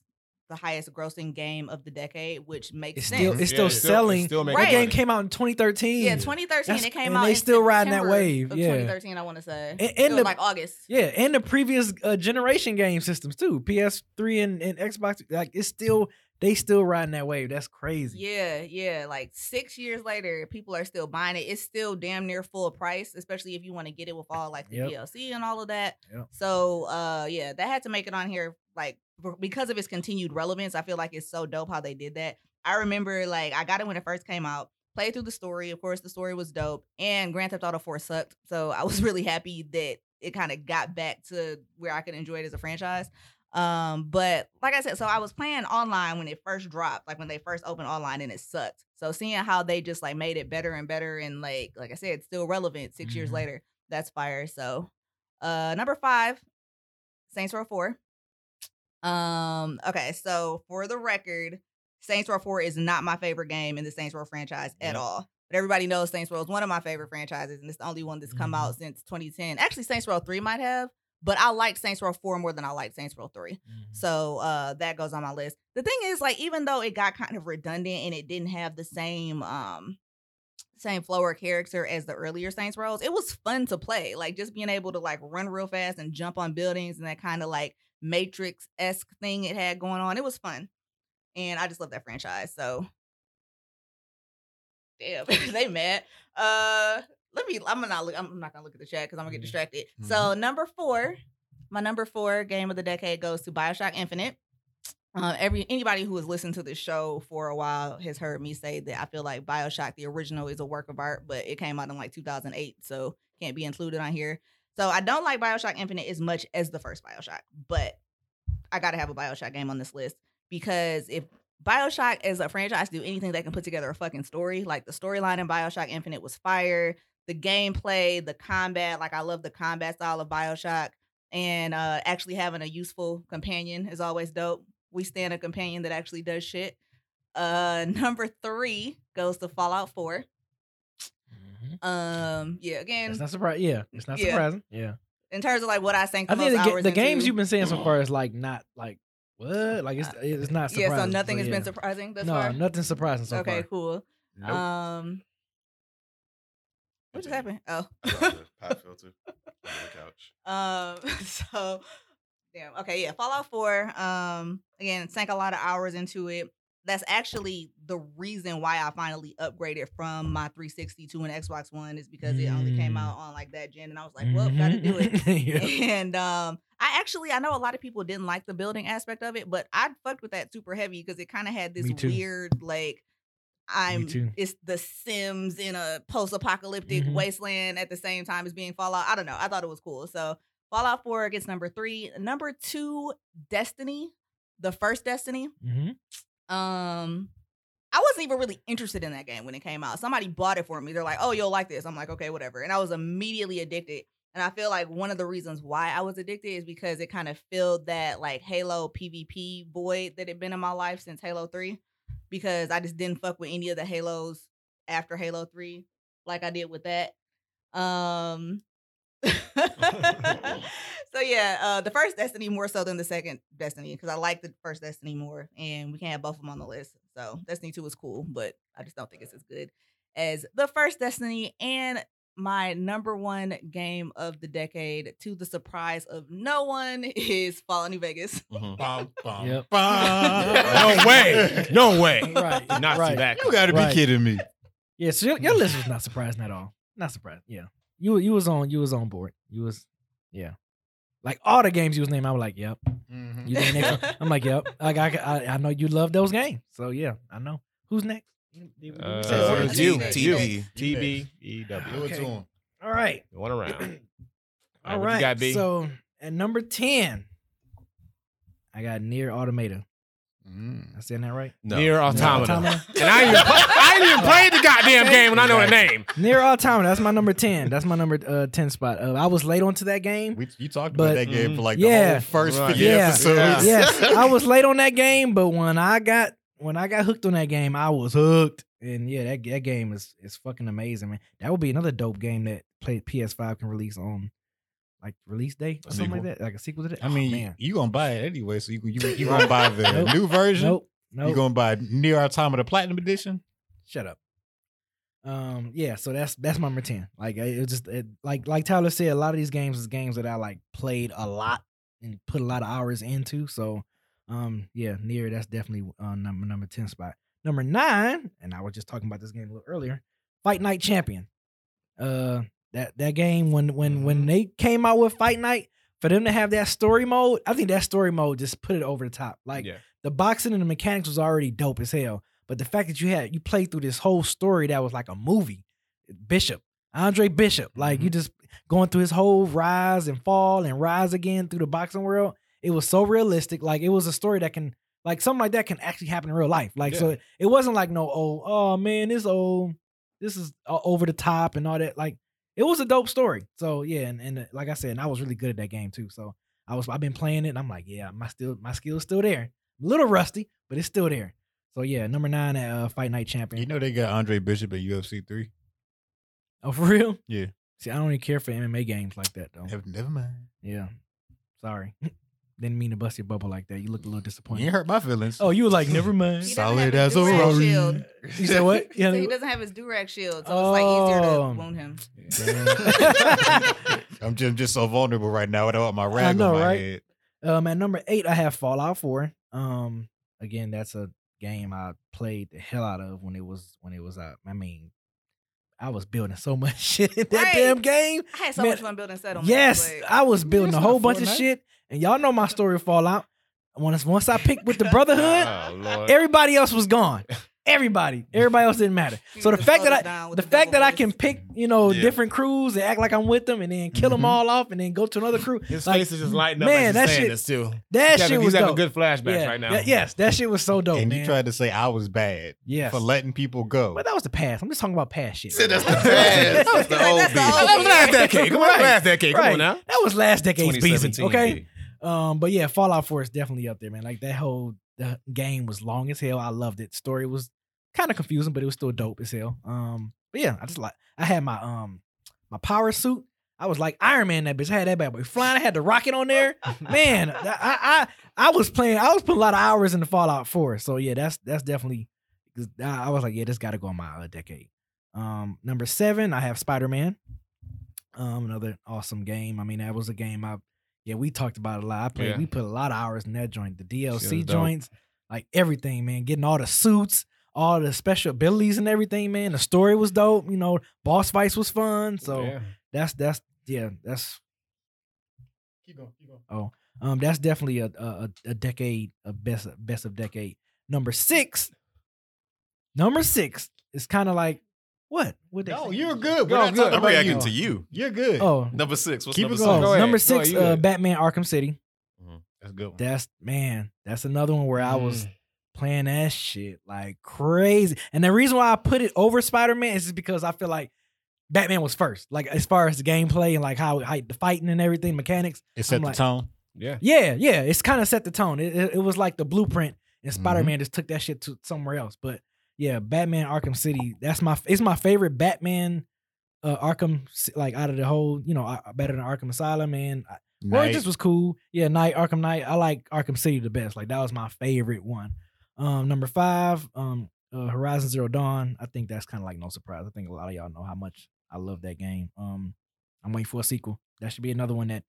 the highest grossing game of the decade, which makes It's sense. still- it's Yeah, selling. Still That making Right. game money. came out in 2013. yeah, 2013 That's- it came and out. they in still riding that September wave, Of yeah. 2013, I want to say. And- and it was the- like August. Yeah, and the previous uh, generation game systems too, PS3 and, and Xbox. Like it's still they still riding that wave. That's crazy. Yeah, yeah. Like six years later, people are still buying it. It's still damn near full price, especially if you want to get it with all like the Yep. DLC and all of that. Yep. So, uh, yeah, that had to make it on here. Like b- because of its continued relevance, I feel like it's so dope how they did that. I remember like I got it when it first came out. Played through the story. Of course, the story was dope, and Grand Theft Auto 4 sucked. So I was really happy that it kind of got back to where I could enjoy it as a franchise. Um, but like I said, so I was playing online when it first dropped, like when they first opened online and it sucked. So seeing how they just like made it better and better and like like I said, still relevant 6 years Mhm. later, that's fire. So uh number five, Saints Row 4. Um, okay, so for the record, Saints Row 4 is not my favorite game in the Saints Row franchise at Yep. all. But everybody knows Saints Row is one of my favorite franchises, and it's the only one that's come Mhm. out since 2010. Actually, Saints Row 3 might have, but I like Saints Row 4 more than I like Saints Row 3. So uh that goes on my list. The thing is, like, even though it got kind of redundant and it didn't have the same um same flow or character as the earlier Saints Rows, it was fun to play. Like just being able to like run real fast and jump on buildings and that kind of like Matrix esque thing it had going on. It was fun. And I just love that franchise. So damn, they mad. Uh let me I'm gonna not look I'm not gonna look at the chat because I'm gonna get Mhm. distracted. So number four, my number four game of the decade goes to Bioshock Infinite. Um, every anybody who has listened to this show for a while has heard me say that I feel like Bioshock the original is a work of art, but it came out in like 2008, so can't be included on here. So I don't like Bioshock Infinite as much as the first Bioshock, but I gotta have a Bioshock game on this list because if Bioshock as a franchise do anything, they can put together a fucking story. Like the storyline in Bioshock Infinite was fire. The gameplay, the combat, like I love the combat style of Bioshock, and uh, actually having a useful companion is always dope. We stand a companion that actually does shit. Uh, number three goes to Fallout Four. Mhm. Um, yeah, again, It's Mm-hmm. not surprising. Yeah, it's not Yeah. surprising. Yeah, in terms of like what I sank the I think most the, ga- hours the games into- Mm-hmm. you've been saying so far is like not like what like it's it's not surprising. Uh, yeah, so nothing has yeah. been surprising thus No, far. nothing surprising so okay, far. cool. Nope. Um, what just happened? Oh, Pop filter on the couch. Um, so damn. Okay, yeah. Fallout Four. Um, again, sank a lot of hours into it. That's actually the reason why I finally upgraded from my 360 to an Xbox One is because it only came Mm. Mm-hmm. out on like that gen, and I was like, well, gotta do it. it. And um, I actually I know a lot of people didn't like the building aspect of it, but I fucked with that super heavy because it kind of had this Me too. weird like I'm too. it's the Sims in a post-apocalyptic Mhm. wasteland at the same time as being Fallout. I don't know. I thought it was cool. So Fallout 4 gets number three. Number two, Destiny, the first Destiny. Mhm. Um I wasn't even really interested in that game when it came out. Somebody bought it for me. They're like, "Oh, you'll like this." I'm like, "Okay, whatever." And I was immediately addicted. And I feel like one of the reasons why I was addicted is because it kind of filled that like Halo PvP void that had been in my life since Halo 3 because I just didn't fuck with any of the Halos after Halo 3 like I did with that. Um so yeah, uh the first Destiny more so than the second Destiny because I like the first Destiny more and we can have both of them on the list. So Destiny 2 is cool, but I just don't think it's as good as the first Destiny and my number one game of the decade to the surprise of no one is Fallout New Vegas. Bum, bum, Yep. bum. Mm-hmm. No way. No way. Right, Did Not see right. that. You gotta be Right. kidding me. Yeah, so your, your list was not surprising at all. Not surprised. Yeah, you you was on you was on board. You was yeah, like all the games you was naming. I was like, yep. Mm-hmm. You named next one. I'm like, yep. Like I, I I know you love those games. So yeah, I know. Who's next? Uh, Say what? it's you, Next, you. next. TB. You Do TBEW. it to Okay. him. All right. One E around. All what you right. got, B? So at number ten, I got near automata. Mm. I saying that right? No. Near automata. Automata. And I ain't even, play, I ain't even played the goddamn game, and I know the name. near automata. That's my number ten. That's my number uh, ten spot. Uh, I was late onto that game. We, you talked But- about that game for like the Yeah. whole first mm, Right. fifty Yeah. episodes. Yeah. yes, I was late on that game, but when I got when I got hooked on that game, I was hooked. And yeah, that that game is is fucking amazing, man. That would be another dope game that play PS5 can release on like release day or A something like that, like a sequel to that. I Oh, mean, man, you gonna buy it anyway, so you you, you gonna buy the Nope. new version. nope, You nope. gonna buy Near Automata Platinum Edition? Shut up. Um, yeah, so that's that's my number ten. Like I- it just it, like like Tyler said, a lot of these games is games that I like played a lot and put a lot of hours into. So, um, yeah, near that's definitely uh, number number ten spot. Number nine, and I was just talking about this game a little earlier. Fight Night Champion. Uh, that that game when when when they came out with Fight Night for them to have that story mode, I think that story mode just put it over the top. Like Yeah. the boxing and the mechanics was already dope as hell. But the fact that you had you played through this whole story that was like a movie, Bishop, Andre Bishop, like you just going through his whole rise and fall and rise again through the boxing world. It was so realistic. Like it was a story that can like something like that can actually happen in real life. Like so it, it wasn't like no oh oh man this old this is uh, over the top and all that. Like it was a dope story. So yeah, and, and uh, like I said, and I was really good at that game too. So I was I've been playing it and I'm like, yeah, my still my skill's still there. A little rusty, but it's still there. So yeah, number nine at uh, Fight Night Champion. You know they got Andre Bishop at UFC three. oh, for real? Yeah. See, I don't even care for MMA games like that though. Never, never mind. Yeah. Sorry. Didn't mean to bust your bubble like that. You looked a little You disappointed. ain't hurt my feelings. Oh, you were like, never He mind. doesn't have his solid as a durag rock. shield. You said what? So Yeah. he doesn't have his durag shield, so it's like easier Oh. to wound him. I'm just, just so vulnerable right now without my rag know, on my right? head. Um, at number eight, I have Fallout Four. Um, again, that's a game I played the hell out of when it was when it was out. I mean, I was building so much shit in that Right. damn game. I had so Man, much fun building settlements. Yes, but- I was building that's a whole not bunch of Fortnite. shit, and y'all know my story of Fallout. Once once I picked with the Brotherhood, Oh, Lord. everybody else was gone. Everybody, everybody else didn't matter. You So the just fact slowed that it I, down with the the fact that I double can fist. pick, you know, Yeah. different crews and act like I'm with them, and then kill Mm-hmm. them Mhm. all off, and then go to another crew. His Like, face is just lighting up man, as that he's saying shit- this too. That he's shit having, was he's dope. having good flashbacks yeah, right now. that- yes, that shit was so dope, and Oh, man. you tried to say I was bad yes. for letting people go. But that was the past. I'm just talking about past shit. Said that's the past. That's the Like, old that's the beat. old That was last decade. Come on, Right. last decade. Come Right. on now. That was last decade's BZ. 2017. Okay. Um, but yeah, Fallout 4 is definitely up there, man. Like that whole the game was long as hell. I loved it. Story was kind of confusing, but it was still dope as hell. Um, but yeah, I just like I had my um my power suit. I was like Iron Man. That bitch I had that bad boy flying. I had the rocket on there. Man, I, I I was playing. I was putting a lot of hours in the Fallout Four. So yeah, that's that's definitely. 'cause I I was like, yeah, this got to go on my uh, decade. Um, number seven, I have Spider Man. Um, another awesome game. I mean, that was a game I, yeah, we talked about it a lot. I played. Yeah. We put a lot of hours in that joint. The Shit was DLC dope. joints, like everything, man. Getting all the suits, all the special abilities, and everything, man. The story was dope. You know, boss fights was fun. So Yeah. that's that's yeah, that's Keep going. Keep going. um, that's definitely a a, a- a decade, a best best of decade. Number six, number six is kind of like what? What? they No, say? you're good. We're No, not good. talking I'm about reacting you. to you. You're good. Oh, Number six. What's Keep number it six? going. oh ahead. number No, six, you uh, good. Batman Arkham City. That's a good. One. That's man, that's another one where I was playing that shit like crazy. And the reason why I put it over Spider Man is just because I feel like Batman was first, like as far as the gameplay and like how, how the fighting and everything mechanics. it set I'm the like- tone. Yeah. Yeah, yeah. It's kind of set the tone. It, it, it was like the blueprint, and Spider Man just took that shit to somewhere else. But yeah, Batman Arkham City. That's my. It's my favorite Batman. Uh, Arkham, C- like out of the whole, you know, uh, better than Arkham Asylum, and I, well, it Nice. just was cool. Yeah, Night Arkham Knight. I like Arkham City the best. Like that was my favorite one. Um, number five, um, uh, Horizon Zero Dawn. I think that's kind of like no surprise. I think a lot of y'all know how much I love that game. Um, I'm waiting for a sequel. That should be another one that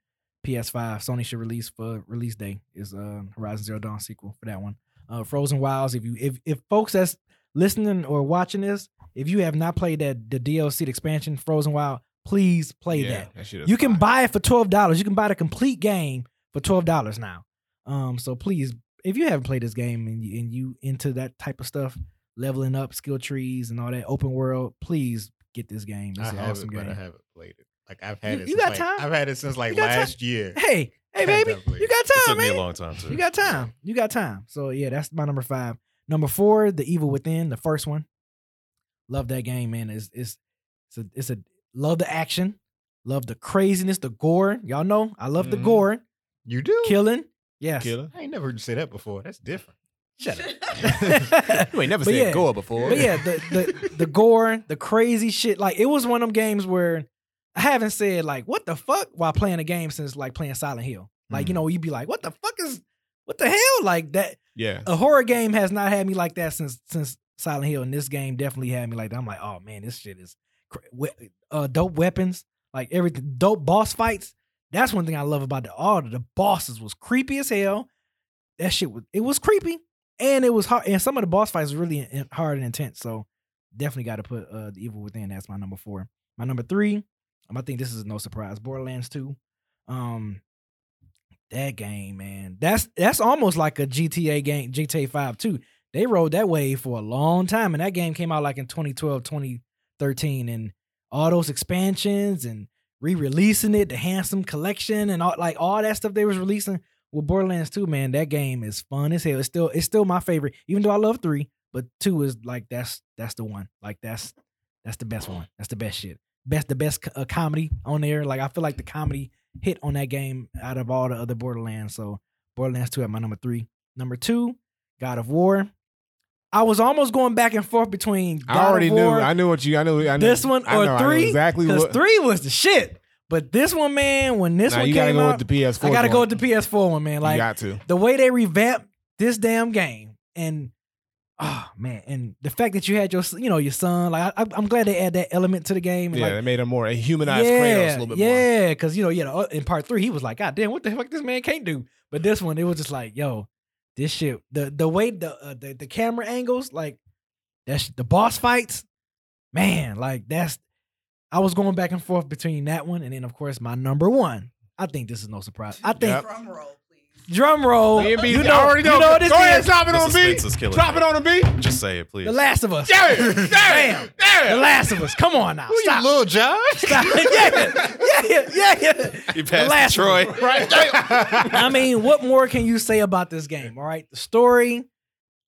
PS5 Sony should release for release day is uh Horizon Zero Dawn sequel for that one. Uh, Frozen Wilds. If you if if folks that's listening or watching this, if you have not played that the DLC expansion Frozen Wild, please play yeah, that. shit is You can fire. buy it for twelve dollars. You can buy the complete game for twelve dollars now. Um, so please, if you haven't played this game and you, and you into that type of stuff, leveling up, skill trees, and all that open world, please get this game. I It's an have awesome it, but I game. haven't played it. Like I've had You- it. you since, got like, time? I've had it since like You got time? last year. Hey, hey, I've baby, definitely- you got It time, took me man. a long time to. You got time. You got time. So yeah, that's my number five. Number four, The Evil Within, the first one. Love that game, man. It's it's it's a, it's a love the action, love the craziness, the gore. Y'all know I love the Mhm. gore, You do. killing. Yes. killer. I ain't never heard you say that before. That's different. Shut up. You ain't never But said yeah. gore before. But yeah, the the the gore, the crazy shit. Like it was one of them games where I haven't said like what the fuck while playing a game since like playing Silent Hill. Like you know you'd be like what the fuck is what the hell like that. yeah. A horror game has not had me like that since since Silent Hill, and this game definitely had me like that. I'm like oh man, this shit is cra- we- uh, dope weapons, like everything, dope boss fights. That's one thing I love about the all the bosses was creepy as hell. That shit was it was creepy and it was hard. And some of the boss fights were really in- in- hard and intense. So definitely got to put uh, the evil within. That's my number four. My number three. Um, I think this is no surprise. Borderlands two. Um, that game, man. That's that's almost like a GTA game. GTA five too. They rode that wave for a long time, and that game came out like in 2012, 2013, and all those expansions and re-releasing it, the handsome collection, and all like all that stuff they was releasing with Borderlands 2, man, that game is fun as hell. It's still it's still my favorite, even though I love three, but two is like that's that's the one. Like that's that's the best one. That's the best shit. Best the best co- uh, comedy on there. Like I feel like the comedy hit on that game out of all the other Borderlands. So Borderlands 2 at my number three. Number two, God of War. I was almost going back and forth between God I already of knew. War, I knew what you. I knew. I knew This one I or know, I knew three? Exactly Because what. three was the shit. But this one, man, when this Nah, one you gotta came go out, with the PS4. I gotta go joint. with the PS4 one, man. you Like got to. the way they revamped this damn game, and oh man, and the fact that you had your, you know, your son. Like I, I'm glad they add that element to the game. and, Yeah, like, they made him more a humanized Kratos a little bit more. yeah, because you know, yeah, the o- in part three, he was like, God damn, what the fuck this man can't do. But this one, it was just like, yo, this shit, the the way the uh, the, the camera angles, like that's the boss fights, man, like that's I was going back and forth between that one and then of course my number one. I think this is no surprise. I think Drum roll, please. drum roll, Me and B, you I know, already you know. know what this go ahead, is? drop it The on B. suspense is killing Drop me. it on a B. Just say it, please. The Last of Us. Yeah, yeah, Damn. The yeah. Last of Us. Come on now. Who Stop. you, little John? Stop. yeah, yeah, yeah, yeah. You The passed last Troy. one. Right. I mean, what more can you say about this game? All right, the story.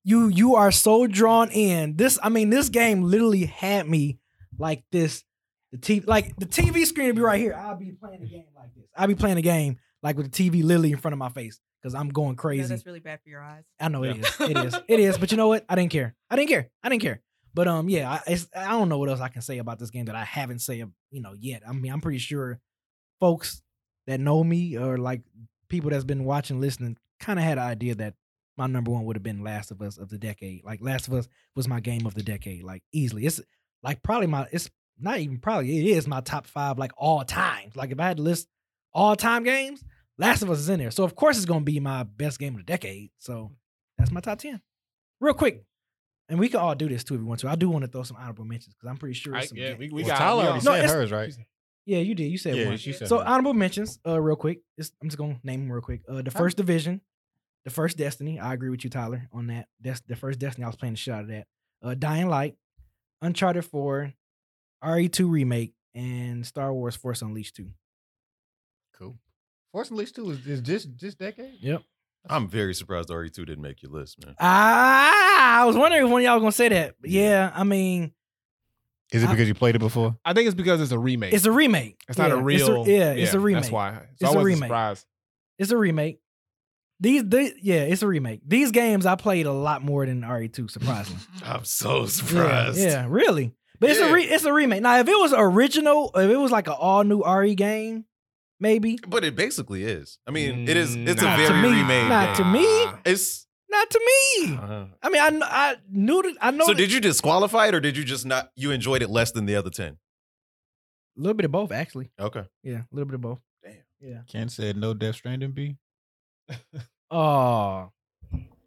You you are so drawn in. This I mean, this game literally had me like this. The TV like the TV screen would be right here. I'll be playing the game like this. I'll be playing the game like with the TV literally in front of my face because I'm going I know crazy. That's really bad for your eyes. I know it is. It is. It is. But you know what? I didn't care. I didn't care. I didn't care. But um, yeah, I, it's, I don't know what else I can say about this game that I haven't said, you know, yet. I mean, I'm pretty sure folks that know me or like people that's been watching, listening, kind of had an idea that my number one would have been Last of Us of the decade. Like Last of Us was my game of the decade, like easily. It's like probably my. It's not even probably. It is my top five, like all time. Like if I had to list all time games, Last of Us is in there. So of course it's gonna be my best game of the decade. So that's my top ten. Real quick, and we can all do this too if we want to. I do want to throw some honorable mentions because I'm pretty sure. I, it's some yeah, ga- we, we Well, got Tyler already we all- No, said it's- hers, right? yeah, you did. You said one. she said So hers. honorable mentions, uh, real quick. It's, I'm just gonna name them real quick. Uh, the first division, the first Destiny. I agree with you, Tyler, on that. That's the first Destiny. I was playing the shit out of that. Uh, Dying Light, Uncharted Four, RE2 remake, and Star Wars Force Unleashed Two. Cool. Force Unleashed 2 is, is this this decade? Yep. I'm very surprised RE2 didn't make your list, man. Ah, I was wondering if one of y'all was gonna say that. But yeah, I mean, Is it I- because you played it before? I think it's because it's a remake. it's a remake. It's not Yeah, a real. It's a, yeah, it's a remake. That's why. So It's I a wasn't remake. surprised. It's a remake. These, the yeah, it's a remake. These games I played a lot more than RE2. Surprisingly. I'm so Yeah, surprised. yeah, really. But it's Yeah. a re- it's a remake. Now, if it was original, if it was like an all new RE game, maybe But it basically is. I mean, it is. It's Not a to very me. remade Not game. to me. It's. not to me. I mean, I kn- I knew that I know Uh-huh. so that- did you disqualify it, or did you just not? You enjoyed it less than the other ten. a little bit of both actually. Okay. Yeah, a little bit of both. Damn. Yeah. Ken said no Death Stranding B. Oh,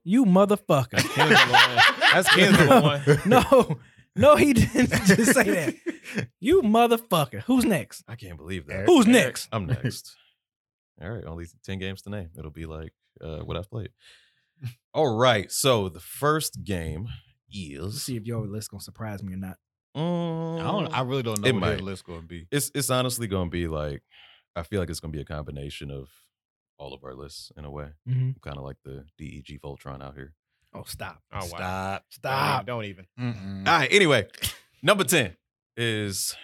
you motherfucker! That's Ken's the one. no, no, he didn't just say that. You motherfucker! Who's next? I can't believe that. Who's next? I'm next. All right, only 10 games to name. It'll be like uh, what I've played. All right, so the first game Let's is. see if your list gonna surprise me or not. Mm, I don't. I really don't know It what might. that list going to be. it's, it's honestly going to be like, I feel like it's going to be a combination of all of our lists in a way. Mhm. I'm kind of like the DEG Voltron out here. Oh, stop! Oh, wow. Stop! Don't even- Stop! Don't even. Mm-mm. Mm. All right, anyway, number 10 is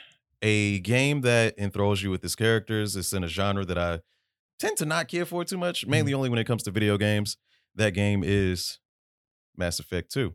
a game that enthralls you with its characters. It's in a genre that I tend to not care for too much, mainly Mm. only when it comes to video games. That game is Mass Effect 2.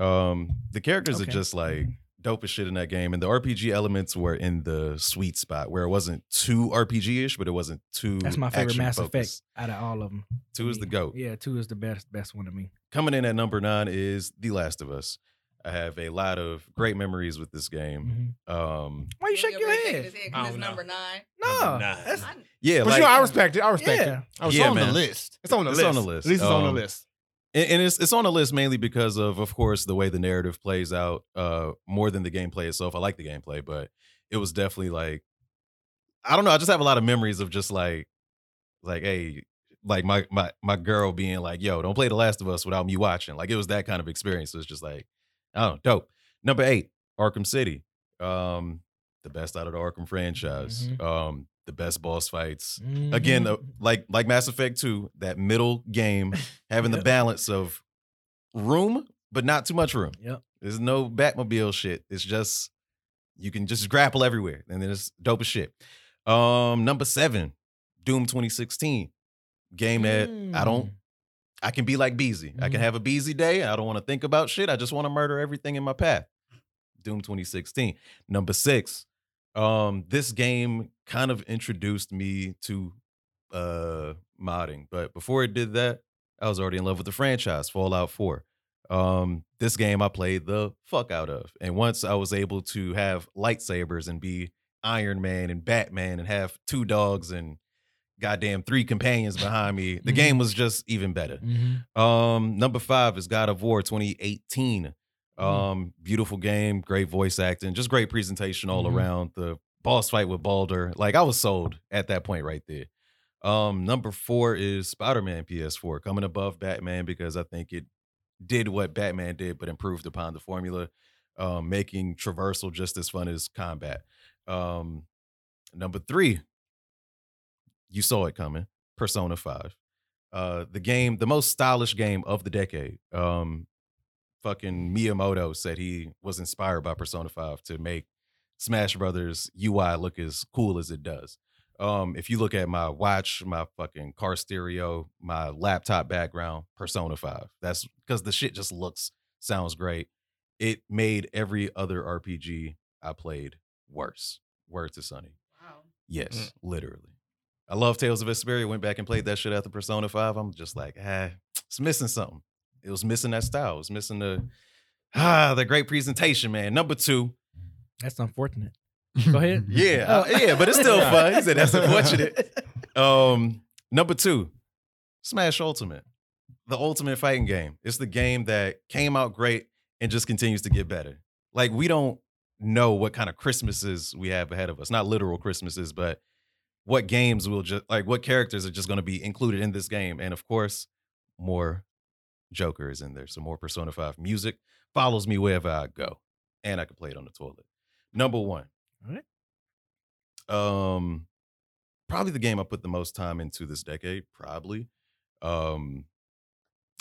Um, the characters Okay. are just like dope as shit in that game, and the RPG elements were in the sweet spot where it wasn't too RPG ish, but it wasn't too. That's my favorite Mass action-focused. Effect out of all of them. Two is the GOAT. Yeah, two is the best best one to me. Coming in at number nine is The Last of Us. I have a lot of great memories with this game. Mhm. Um, Why you shake your head? I Because it's don't know. number nine. No, Nah. that's, I- yeah, But like, you know, I respect it. I respect yeah. it. I was Yeah, on man. the list. It's on the It's list. on the list. At least it's on Um, the list. and, and it's it's on the list mainly because of of course the way the narrative plays out uh more than the gameplay itself i like the gameplay but it was definitely like i don't know i just have a lot of memories of just like like hey like my my my girl being like yo don't play the last of us without me watching like it was that kind of experience it was just like oh dope number eight arkham city um the best out of the arkham franchise Mhm. um the best boss fights again Mhm. uh, like like mass effect 2 that middle game having Yeah. the balance of room but not too much room Yep. there's no batmobile shit it's just you can just grapple everywhere and then it's dope as shit um number seven doom 2016 game that i don't i can be like beezy i can Mhm. have a beezy day i don't want to think about shit i just want to murder everything in my path doom 2016 number six um this game kind of introduced me to uh modding but before it did that i was already in love with the franchise fallout 4 um this game i played the fuck out of and once i was able to have lightsabers and be iron man and batman and have two dogs and goddamn three companions behind me the Mhm. game was just even better Mhm. um, number five is God of War 2018. Mm. Um, beautiful game, great voice acting, just great presentation all Mhm. around. The boss fight with Balder, like I was sold at that point right there. Um, number four is Spider Man PS4, coming above Batman because I think it did what Batman did, but improved upon the formula, um, making traversal just as fun as combat. Um, number three, you saw it coming, Persona 5 uh the game the most stylish game of the decade um fucking miyamoto said he was inspired by persona 5 to make smash brothers ui look as cool as it does Um, if you look at my watch, my fucking car stereo, my laptop background, Persona 5. That's because the shit just looks, sounds great. It made every other RPG I played worse. Word to Sonny. Wow. Yes, literally. I love Tales of Vesperia. Went back and played that shit after Persona 5. I'm just like, ah, it's missing something. It was missing that style. It was missing the ah, the great presentation, man. Number two. That's unfortunate. Go ahead. Yeah. uh, yeah, but it's still fun. He said that's unfortunate. Um, number two, Smash Ultimate. The ultimate fighting game. It's the game that came out great and just continues to get better. Like we don't know what kind of Christmases we have ahead of us. Not literal Christmases, but what games will just like what characters are just going to be included in this game. And of course, more Joker is in there. So more Persona 5 music follows me wherever I go. And I can play it on the toilet. Number one. All right. Um probably the game I put the most time into this decade, probably. Um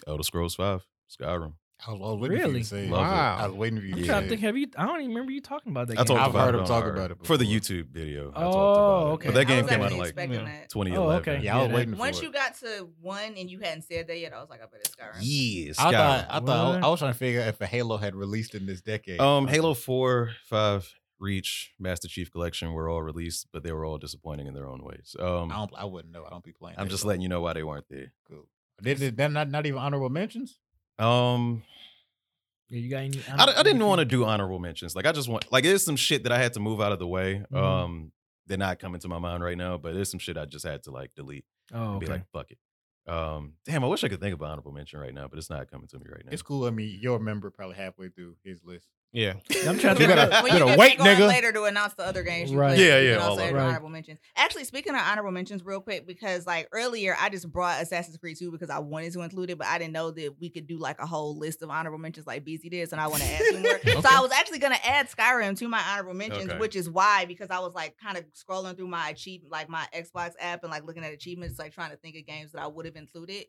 Elder Scrolls 5, Skyrim. I was, I was waiting for you Really? to say. it. Love it. I was waiting for you I'm to trying say. to it. think. Have you? I don't even remember you talking about that. I game. talked I've about heard it him on talk our- about it for the before. YouTube video. I Oh, talked about it. okay. But that I game was came out actually in like expecting Yeah. that. 2011. okay. Oh, Yeah, I was Yeah, waiting for Once it. you got to one and you hadn't said that yet, I was like, I bet it's Skyrim. Yeah, I thought Skyrim. I thought What? I was trying to figure out if a Halo had released in this decade. Um, Halo 4, 5, Reach, Master Chief Collection were all released, but they were all disappointing in their own ways. I Um, don't. I wouldn't know. I don't be playing. I'm just letting you know why they weren't there. Cool. They, they, they're not not even honorable mentions. Um, Yeah, you got any? I, I didn't want to do honorable mentions. Like I just want like there's some shit that I had to move out of the way. Mhm. Um, they're not coming to my mind right now, but there's some shit I just had to like delete Oh, and okay. be like, fuck it. Um, damn, I wish I could think of an honorable mention right now, but it's not coming to me right now. It's cool. I mean, you'll remember probably halfway through his list. Yeah. I'm trying to think You gotta- about- when you you gotta get wait, to going nigga. later to announce the other games you Right. played, Yeah, you yeah, can all also of add it. Right. honorable mentions. Actually, speaking of honorable mentions, real quick, because like earlier I just brought Assassin's Creed 2 because I wanted to include it, but I didn't know that we could do like a whole list of honorable mentions like BZ did, and I want to add two more. So I was actually gonna add Skyrim to my honorable mentions, Okay. which is why because I was like kind of scrolling through my achievement, like my Xbox app, and like looking at achievements, like trying to think of games that I would have included.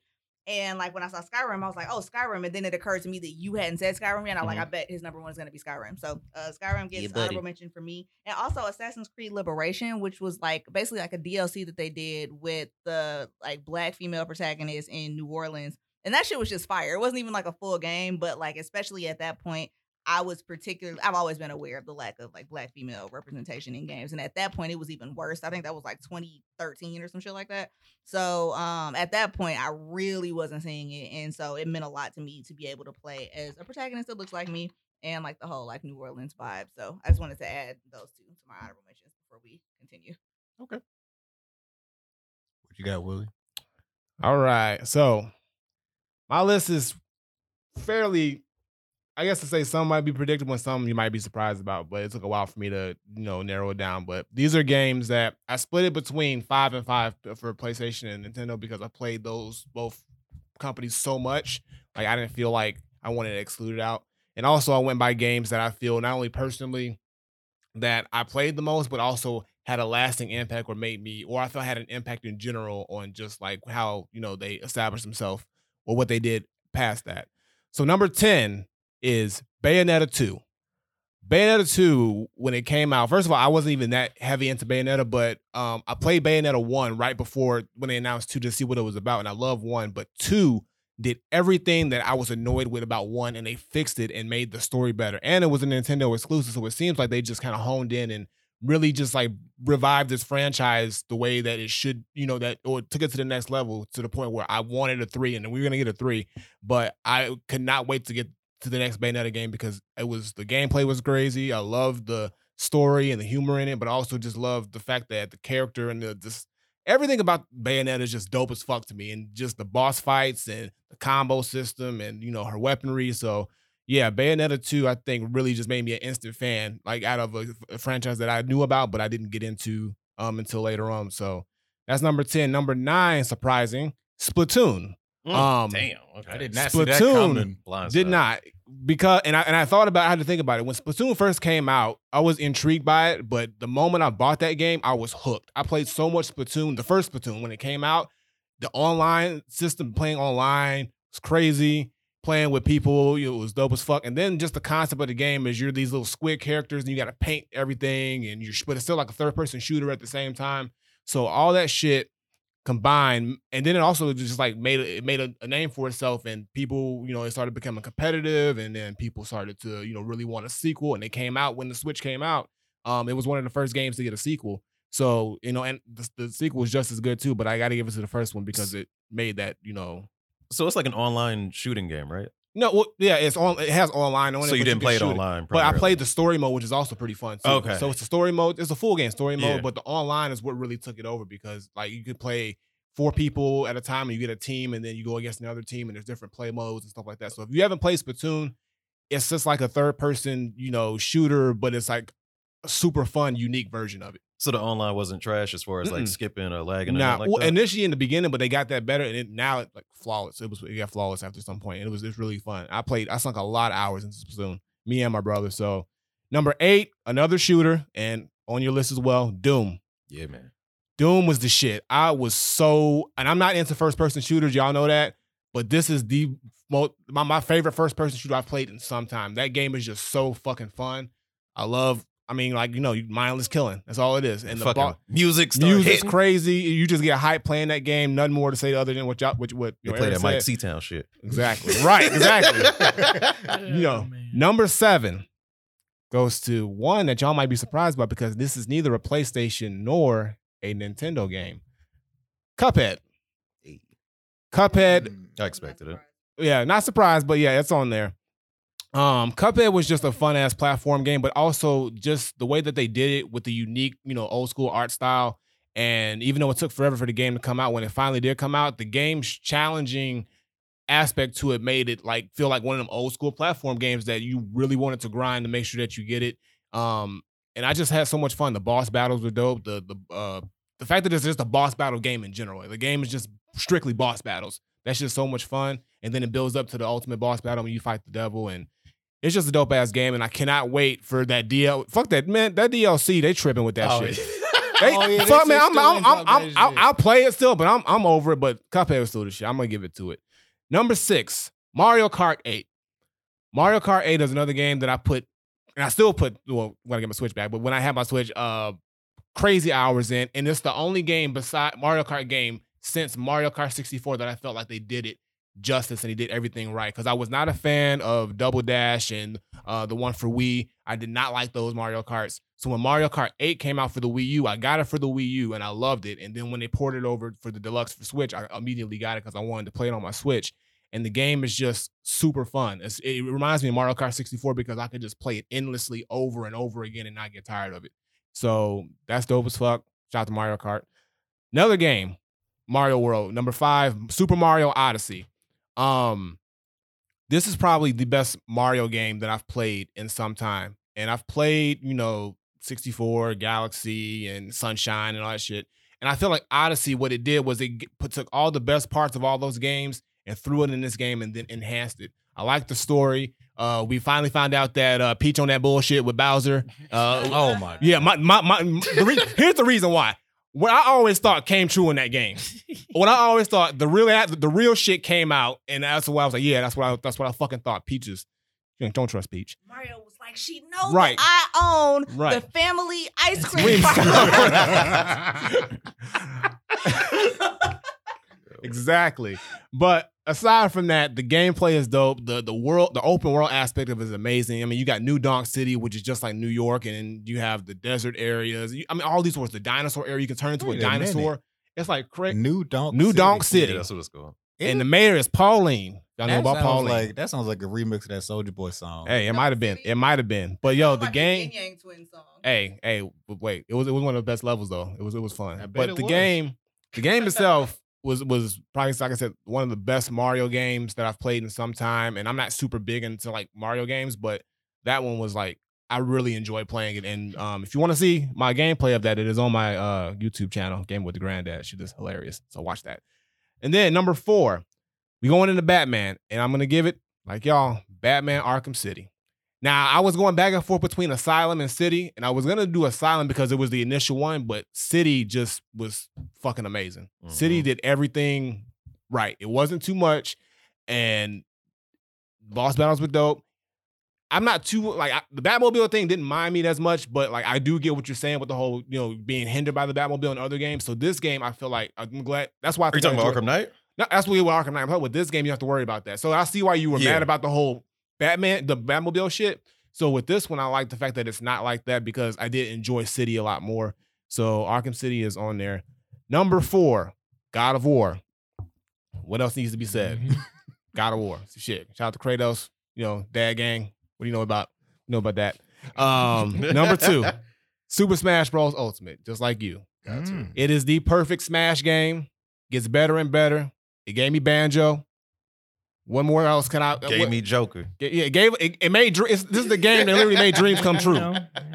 And like when I saw Skyrim, I was like, "Oh, Skyrim!" And then it occurred to me that you hadn't said Skyrim yet. And I'm like, "I bet his number one is going to be Skyrim." So uh, Skyrim Mm-hmm. gets Yeah, buddy. honorable mention for me, and also Assassin's Creed Liberation, which was like basically like a DLC that they did with the like black female protagonist in New Orleans, and that shit was just fire. It wasn't even like a full game, but like especially at that point, I was particularly I've always been aware of the lack of like black female representation in games. And at that point it was even worse. I think that was like 2013 or some shit like that. So um at that point I really wasn't seeing it. And so it meant a lot to me to be able to play as a protagonist that looks like me and like the whole like New Orleans vibe. So I just wanted to add those two to Mm. my honorable mentions before we continue. What you got, Willie? All right. So my list is fairly, I guess to say some might be predictable and some you might be surprised about, but it took a while for me to, you know, narrow it down. But these are games that I split it between five and five for PlayStation and Nintendo because I played those both companies so much. Like I didn't feel like I wanted to exclude it out. And also I went by games that I feel not only personally that I played the most, but also had a lasting impact or made me, or I felt had an impact in general on just like how, you know, they established themselves or what they did past that. So number 10 is Bayonetta 2. Bayonetta 2, when it came out, first of all, I wasn't even that heavy into Bayonetta, but um, I played Bayonetta 1 right before when they announced 2 to see what it was about. And I love 1, but 2 did everything that I was annoyed with about one and they fixed it and made the story better. And it was a Nintendo exclusive. So it seems like they just kind of honed in and really just like revived this franchise the way that it should, you know, that or took it to the next level to the point where I wanted a three and we were going to get a three. But I could not wait to get to the next Bayonetta game because it was the gameplay was crazy. I loved the story and the humor in it, but I also just loved the fact that the character and the just everything about Bayonetta is just dope as fuck to me, and just the boss fights and the combo system and you know her weaponry. So yeah, Bayonetta two I think really just made me an instant fan, like out of a, a franchise that I knew about but I didn't get into um until later on. So that's number ten. Number nine, surprising, Splatoon. Mm, um, Damn. Okay. I did not see that Splatoon coming. Blindside. did not because and I and I thought about I had to think about it when Splatoon first came out. I was intrigued by it, but the moment I bought that game, I was hooked. I played so much Splatoon, the first Splatoon when it came out. The online system playing online was crazy. Playing with people, you know, it was dope as fuck. And then just the concept of the game is you're these little squid characters and you got to paint everything, and you're but it's still like a third person shooter at the same time. So all that shit combined, and then it also just like made a- it made a, a name for itself, and people, you know, it started becoming competitive, and then people started to, you know, really want a sequel, and it came out when the Switch came out. Um, it was one of the first games to get a sequel. So you know, and the, the sequel is just as good too, but I got to give it to the first one because it made that, you know. So it's like an online shooting game, right? No, well, yeah, it's on. It has online on it. so you but didn't can play it shoot online, but I primarily. played the story mode, which is also pretty fun. Too. Okay. So it's the story mode. It's a full game story mode, Yeah. but the online is what really took it over because like you could play four people at a time, and you get a team, and then you go against another team, and there's different play modes and stuff like that. So if you haven't played Splatoon, it's just like a third person, you know, shooter, but it's like a super fun, unique version of it. So the online wasn't trash as far as like Mm-mm. skipping or lagging. or Now, nothing like well, that? initially in the beginning, but they got that better, and it, now it like flawless. It was it got flawless after some point, and it was it's really fun. I played, I sunk a lot of hours into Splatoon, me and my brother. So number eight, another shooter, and on your list as well, Doom. yeah, man. Doom was the shit. I was so, and I'm not into first person shooters, y'all know that, but this is the most my, my favorite first person shooter I've played in some time. That game is just so fucking fun. I love. I mean, like you know, mindless killing. That's all it is. And the fucking bo- music started Music's hitting. crazy. You just get hype playing that game. Nothing more to say other than what y'all, what, what They you know, play that Aaron Mike said. Seatown shit. Exactly. Right. Exactly. Yeah, Yo, man. Number seven goes to one that y'all might be surprised by because this is neither a PlayStation nor a Nintendo game. Cuphead. Cuphead Mm. I expected it. yeah, not surprised, but yeah, it's on there. Um, Cuphead was just a fun ass platform game, but also just the way that they did it with the unique, you know, old school art style. And even though it took forever for the game to come out, when it finally did come out, the game's challenging aspect to it made it like feel like one of them old school platform games that you really wanted to grind to make sure that you get it. Um, and I just had so much fun. The boss battles were dope. The the uh the fact that it's just a boss battle game in general. The game is just strictly boss battles. That's just so much fun. And then it builds up to the ultimate boss battle when you fight the devil. And it's just a dope ass game. And I cannot wait for that DL. Fuck that, man. That DLC, they tripping with that Oh, shit. They, Oh, yeah, they fuck, still man. I'm, I'm, ain't I'm, dropped I'm, that I'll, shit. I'll play it still, but I'm, I'm over it. But Cuphead was still the shit. I'm going to give it to it. Number six, Mario Kart 8. Mario Kart 8 is another game that I put, and I still put, well, when I get my Switch back, but when I have my Switch, uh, crazy hours in, and it's the only game beside Mario Kart game since Mario Kart 64 that I felt like they did it justice and he did everything right because I was not a fan of Double Dash and uh, the one for Wii. I did not like those Mario Karts. So when Mario Kart 8 came out for the Wii U, I got it for the Wii U and I loved it. And then when they ported it over for the deluxe for Switch, I immediately got it because I wanted to play it on my Switch. And the game is just super fun. It's- it reminds me of Mario Kart 64 because I could just play it endlessly over and over again and not get tired of it. So that's dope as fuck. Shout out to Mario Kart. Another game, Mario World. Number five, Super Mario Odyssey. Um, this is probably the best Mario game that I've played in some time. And I've played, you know, 64, Galaxy, and Sunshine, and all that shit. And I feel like Odyssey, what it did was it g- put, took all the best parts of all those games and threw it in this game and then enhanced it. I like the story. Uh, we finally found out that uh, Peach on that bullshit with Bowser. Uh, oh my. yeah, my my, my the re- here's the reason why. What I always thought came true in that game. What I always thought the real the real shit came out, and that's why I was like, yeah, that's what I that's what I fucking thought. Peaches, you don't trust Peach. Mario was like, she knows Right. that I own Right. the family ice cream. Cream parlor. Exactly. But aside from that, the gameplay is dope. The the world, the open world aspect of it is amazing. I mean, you got New Donk City, which is just like New York, and then you have the desert areas. You- I mean, all these words, the dinosaur area, you can turn into Wait a a dinosaur. minute. It's like crazy. New Donk. New Donk City. Yeah, that's what it's called. and the mayor is Pauline. Y'all know That about sounds Pauline. like that sounds like a remix of that Soldier Boy song. hey, it might have been. It might have been. But yo, the Like game. Yin Yang Twin song. Hey, hey, but wait. It was it was one of the best levels though. It was it was fun. I bet But it the was. game, the game itself was was probably like I said one of the best Mario games that I've played in some time. And I'm not super big into like Mario games, but that one was like I really enjoy playing it. And um, if you want to see my gameplay of that, it is on my uh, YouTube channel, Game with the Granddad. Shit is hilarious. So watch that. And then number four, we going into Batman, and I'm gonna give it like y'all, Batman Arkham City. Now I was going back and forth between Asylum and City, and I was gonna do Asylum because it was the initial one, but City just was fucking amazing. City Mhm. did everything right. It wasn't too much, and boss battles were dope. I'm not too like I, the Batmobile thing didn't mind me as much, but like I do get what you're saying with the whole you know being hindered by the Batmobile in other games. So this game, I feel like I'm glad that's why. I Are you think I talking about enjoy- Arkham Knight? No, that's what we were talking about. With this game, you have to worry about that. So I see why you were Yeah. mad about the whole Batman, the Batmobile shit. So with this one, I like the fact that it's not like that because I did enjoy City a lot more. So Arkham City is on there. Number four, God of War. What else needs to be said? Mm-hmm. God of War. Shit. Shout out to Kratos. You know, Dad Gang. What do you know about? You know about that. Um, number two, Super Smash Bros. Ultimate. Just like you. Mm. It is the perfect Smash game. Gets better and better. It gave me Banjo. What more else can I? uh, Gave what- me Joker. Yeah, it gave it, it made. dr- It's, this is the game that literally made dreams come true.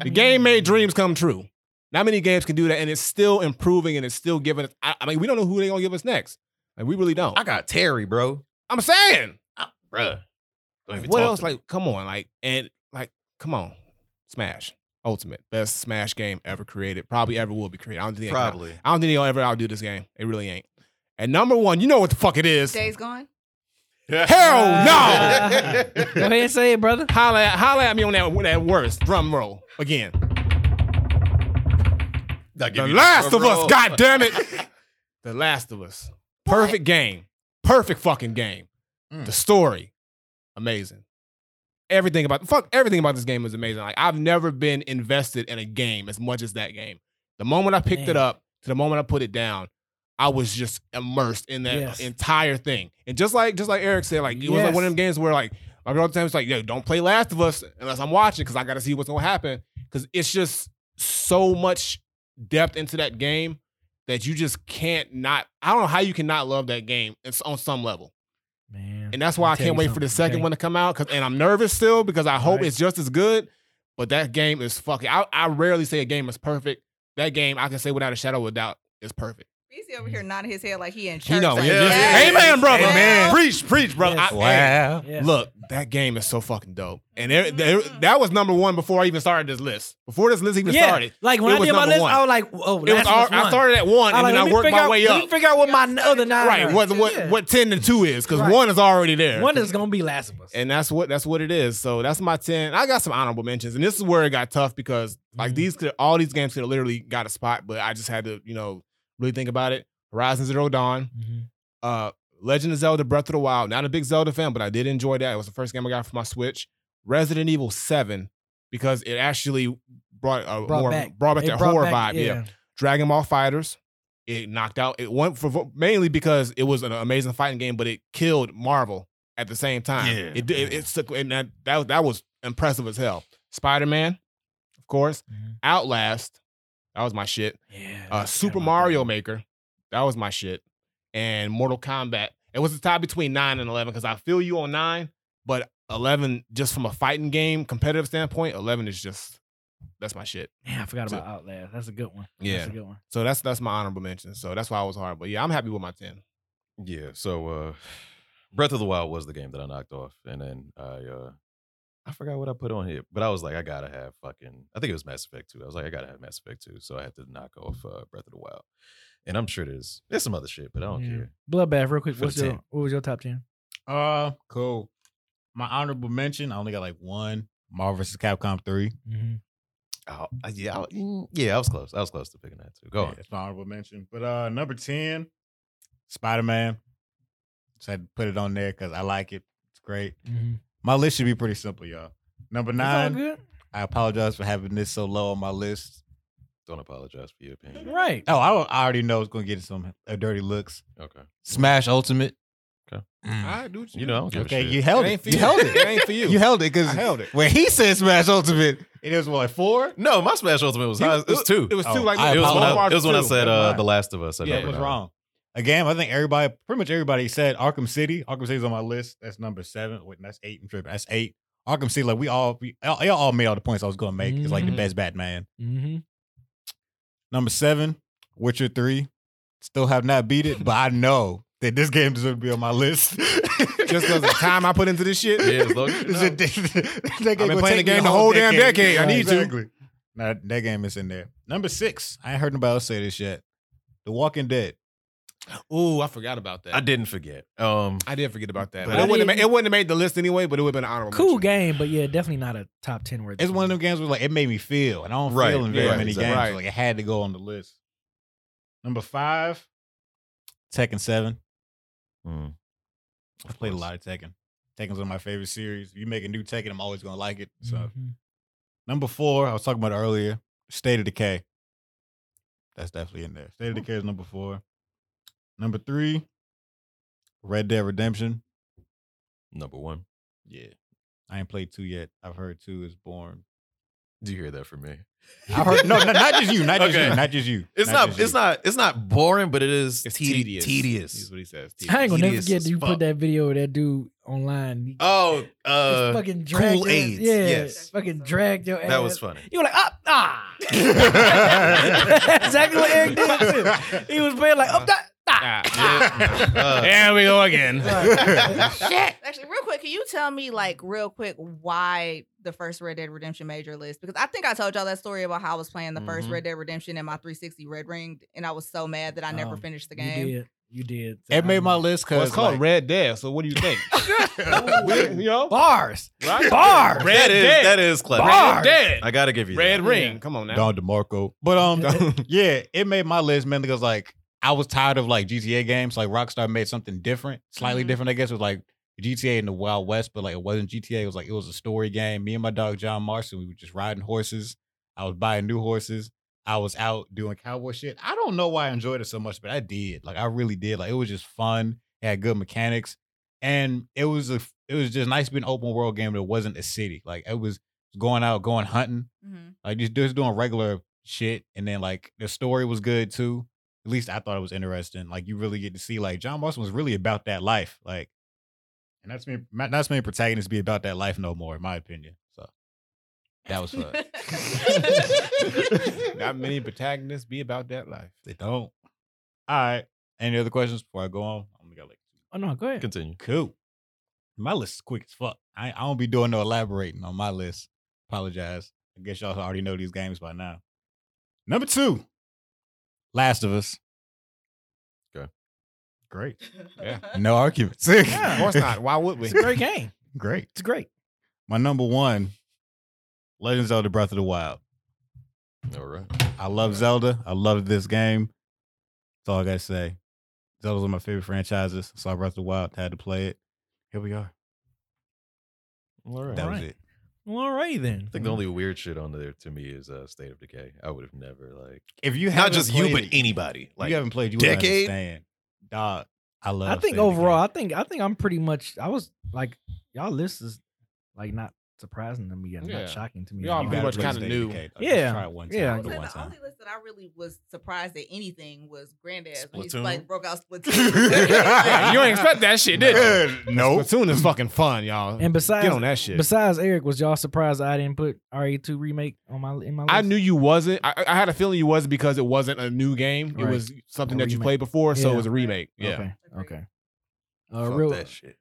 The game made dreams come true. Not many games can do that, and it's still improving, and it's still giving. us- I, I mean, we don't know who they're gonna give us next. Like we really don't. I got Terry, bro. I'm saying. Bruh. Don't even what talk else? to me. Like, come on, like, and like, come on, Smash Ultimate, best Smash game ever created, probably ever will be created. I don't think they can- Probably. I don't think they'll ever outdo this game. It really ain't. And number one, you know what the fuck it is. Days gone. Hell no! Go ahead and say it, brother. holla, at- holla at me on that, that worst drum roll again. I'll give The you Last of drum Us, roll. God damn it. the Last of Us. Perfect game. Perfect fucking game. Mm. The story. Amazing. Everything about fuck everything about this game is amazing. Like I've never been invested in a game as much as that game. The moment I picked it Man. up to the moment I put it down, I was just immersed in that Yes. entire thing. And just like just like Eric said, like it was like Yes. one of them games where like my girl all the time was like, yo, don't play Last of Us unless I'm watching because I gotta see what's gonna happen. Cause it's just so much depth into that game that you just can't not I don't know how you cannot love that game it's on some level. Man. And that's why I I'll tell can't you wait for the something, second okay? one to come out cuz and I'm nervous still because I hope Right. it's just as good, but that game is fucking I, I rarely say a game is perfect. That game I can say without a shadow of a doubt is perfect. BC over here nodding his head like he in church. You Mm. know, like, yeah. yes. Amen, brother. Amen. Preach, preach, brother. Yes. I- Wow. Yeah. Mm-hmm. Look, that game is so fucking dope. And there, there, that was number one before I even started this list. Before this list even yeah. started, Like when it I was did my number list, one. I was like, oh, it was, all- I started at one and then I worked my out, way Uh, Let me up. figure out what my n- other nine. Right, are. what what Yeah. what ten and two is because Right. one is already there. One is gonna be Last of Us. and that's what that's what it is. So that's my ten. I got some honorable mentions, and this is where it got tough because like Mhm. these could all these games could have literally got a spot, but I just had to you know really think about it. Horizon Zero Dawn, Mhm. uh, Legend of Zelda Breath of the Wild. Not a big Zelda fan, but I did enjoy that. It was the first game I got for my Switch. Resident Evil 7, because it actually brought uh, Brought more, back- brought back It that brought horror back- vibe. Yeah. Dragon Ball Fighters. It knocked out. It went for vo- mainly because it was an amazing fighting game, but it killed Marvel at the same time. Yeah. It did. It, it took, and that, that was- that was impressive as hell. Spider Man, of course. Mhm. Outlast. That was my shit Yeah. uh, Super Mario Maker. That was my shit. And Mortal Kombat. It was a tie between nine and eleven because I feel you on nine, but eleven just from a fighting game competitive standpoint, eleven is just that's my shit. Yeah, I forgot about Outlast. That's a good one. Yeah. That's a good one. So that's that's my honorable mention. So that's why I was hard. But yeah, I'm happy with my ten. Yeah. So uh Breath of the Wild was the game that I knocked off. And then I uh I forgot what I put on here, but I was like, I gotta have fucking I think it was Mass Effect 2. I was like, I gotta have Mass Effect 2. So I had to knock off uh, Breath of the Wild. And I'm sure there's there's some other shit, but I don't Yeah. care. Bloodbath, real quick. For the What's your, 10. what was your top ten? Uh, cool. My honorable mention, I only got like one. Marvel vs. Capcom 3. Oh, I- yeah, I, mm, yeah, I was close. I was close to picking that too. Go Yeah, That's my honorable mention. But uh number 10, Spider-Man. So I had to put it on there because I like it. It's great. My list should be pretty simple, y'all. Number That's all nine, good. I apologize for having this so low on my list. on. Don't apologize for your opinion. Right. Oh, I, I already know it's gonna get some uh, dirty looks. Okay. Smash Ultimate. Okay. Mm. do You know, I don't give Okay, a shit. you held ain't it. for You held It it. ain't for you. You held it I because held it. when he said Smash Ultimate, it was what four? No, my Smash Ultimate was You- high. It was two. It was two Oh, like I It was when I, apologize. it was when I two. said Never uh, mind. The Last of Us. I Yeah, never It was got wrong. Again, I think everybody, pretty much everybody said Arkham City. Arkham City's on my list. That's number seven. Wait, that's eight. I'm tripping. That's eight. Arkham City, like we all, we, y'all y'all all made all the points I was gonna make. It's like the Mhm. best Batman. Mm-hmm. Number seven, Witcher three. Still have not beat it, but I know that this game deserves to be on my list. just because the time I put into this shit. Yeah, as long as you It's know. a- that game been gonna playing take the me game the a whole damn decade. I need to. Exactly. Nah, that game is in there. Number six, I ain't heard nobody else say this yet. The Walking Dead. Ooh, I forgot about that. I didn't forget. Um, I did forget about that. But But, I it, wouldn't have didn't- made, it wouldn't have made the list anyway, but it would have been an honorable Cool mention. game, but yeah, definitely not a top ten worthy. It's one of them games where like it made me feel, and I don't Right, feel in very yeah, many exactly. games. so, Right. like it had to go on the list. Number five, Tekken Seven. mm, I played a lot of Tekken. Tekken's one of my favorite series. You make a new Tekken, I'm always gonna like it. So Mm-hmm. Mhm. number four, I was talking about it earlier, State of Decay. That's definitely in there. State of Decay is number four. Number three, Red Dead Redemption. number one. Yeah, I ain't played two yet. I've heard two is born. Do you hear that from me? I heard no, no, not just you, not just Okay. you, not just you. It's not. just It's you. not. It's not boring, but it is It's te- tedious. Is Tedious. what he says. I ain't gonna never Tedious forget as that you fuck. put that video of that dude online. He- Oh, just uh, fucking Cool dragged your- Aids, Yeah, yes. fucking dragged your ass. that was funny. You were like, ah, ah. That's exactly what Eric did. He was playing like, up that. Ah, Uh, there we go again. Shit. Uh, Actually, real quick, can you tell me, like, real quick, why the first Red Dead Redemption major list? Because I think I told y'all that story about how I was playing the first Mhm. Red Dead Redemption in my 360 Red Ring, and I was so mad that I never Um, finished the You game. did. You did. It made my list because Well, it's called Red Dead. So what do you think? you know, bars. right? Bars. Red that is Dead. that is clever. Bars. Red Dead. I gotta give you Red that. Ring. Yeah. Come on now. Don DeMarco. But um, yeah, it made my list mainly because like I was tired of like GTA games. Like Rockstar made something different, slightly Mhm. different, I guess. It was like GTA in the Wild West, but like it wasn't GTA. It was like it was a story game. Me and my dog John Marston, we were just riding horses. I was buying new horses. I was out doing cowboy shit. I don't know why I enjoyed it so much, but I did. Like I really did. Like it was just fun. It had good mechanics, and it was a it was just nice being an open world game that wasn't a city. Like it was going out, going hunting. Mhm. Like just, just doing regular shit, and then like the story was good too. At least I thought it was interesting. Like you really get to see like John Marston was really about that life. Like, and that's me. Not that's many protagonists be about that life no more, in my opinion. So that was fun. Not many protagonists be about that life. they don't. All right. Any other questions before I go on? I only got like Oh no, go ahead. Continue. cool. My list is quick as fuck. I, I don't be doing no elaborating on my list. Apologize. I guess y'all already know these games by now. Number two, Last of Us. Okay. Great. Yeah. No arguments. Yeah. Of course not. Why would we? It's a great game. Great. It's great. My number one, Legend of Zelda Breath of the Wild. All right. I love Zelda. I love this game. That's all I gotta say. Zelda's one of my favorite franchises. Saw Breath of the Wild, had to play it. Here we are. All right. That All was right. it. Well, all right then. I think the only weird shit on there to me is uh, State of Decay. I would have never like If you not haven't just you, played but it- anybody. Like you haven't played, you decade? wouldn't understand. Dog, I love. I think State of overall, I Decay. think I think I'm pretty much. I was like, y'all list is like not surprising to me and Yeah. not shocking to me. We all at You pretty all. gotta play much kinda State knew. Decay, dog. Yeah. Just try it one time. Yeah. I do would it say one the time. only list that I really was surprised at anything was Granddad's. When he like Splatoon. broke out Yeah, Splatoon. you ain't expect that shit, did you? Nope. Platoon is fucking fun, y'all. And Get on besides, that shit. besides Eric, was y'all surprised I didn't put RE2 remake on my in my list? I knew you wasn't. I, I had a feeling you wasn't because it wasn't a new game. It Right. was something A that you remake. played before, so Yeah. it was a remake. Yeah. Okay. Agreed. Okay. Uh, fuck real. that shit.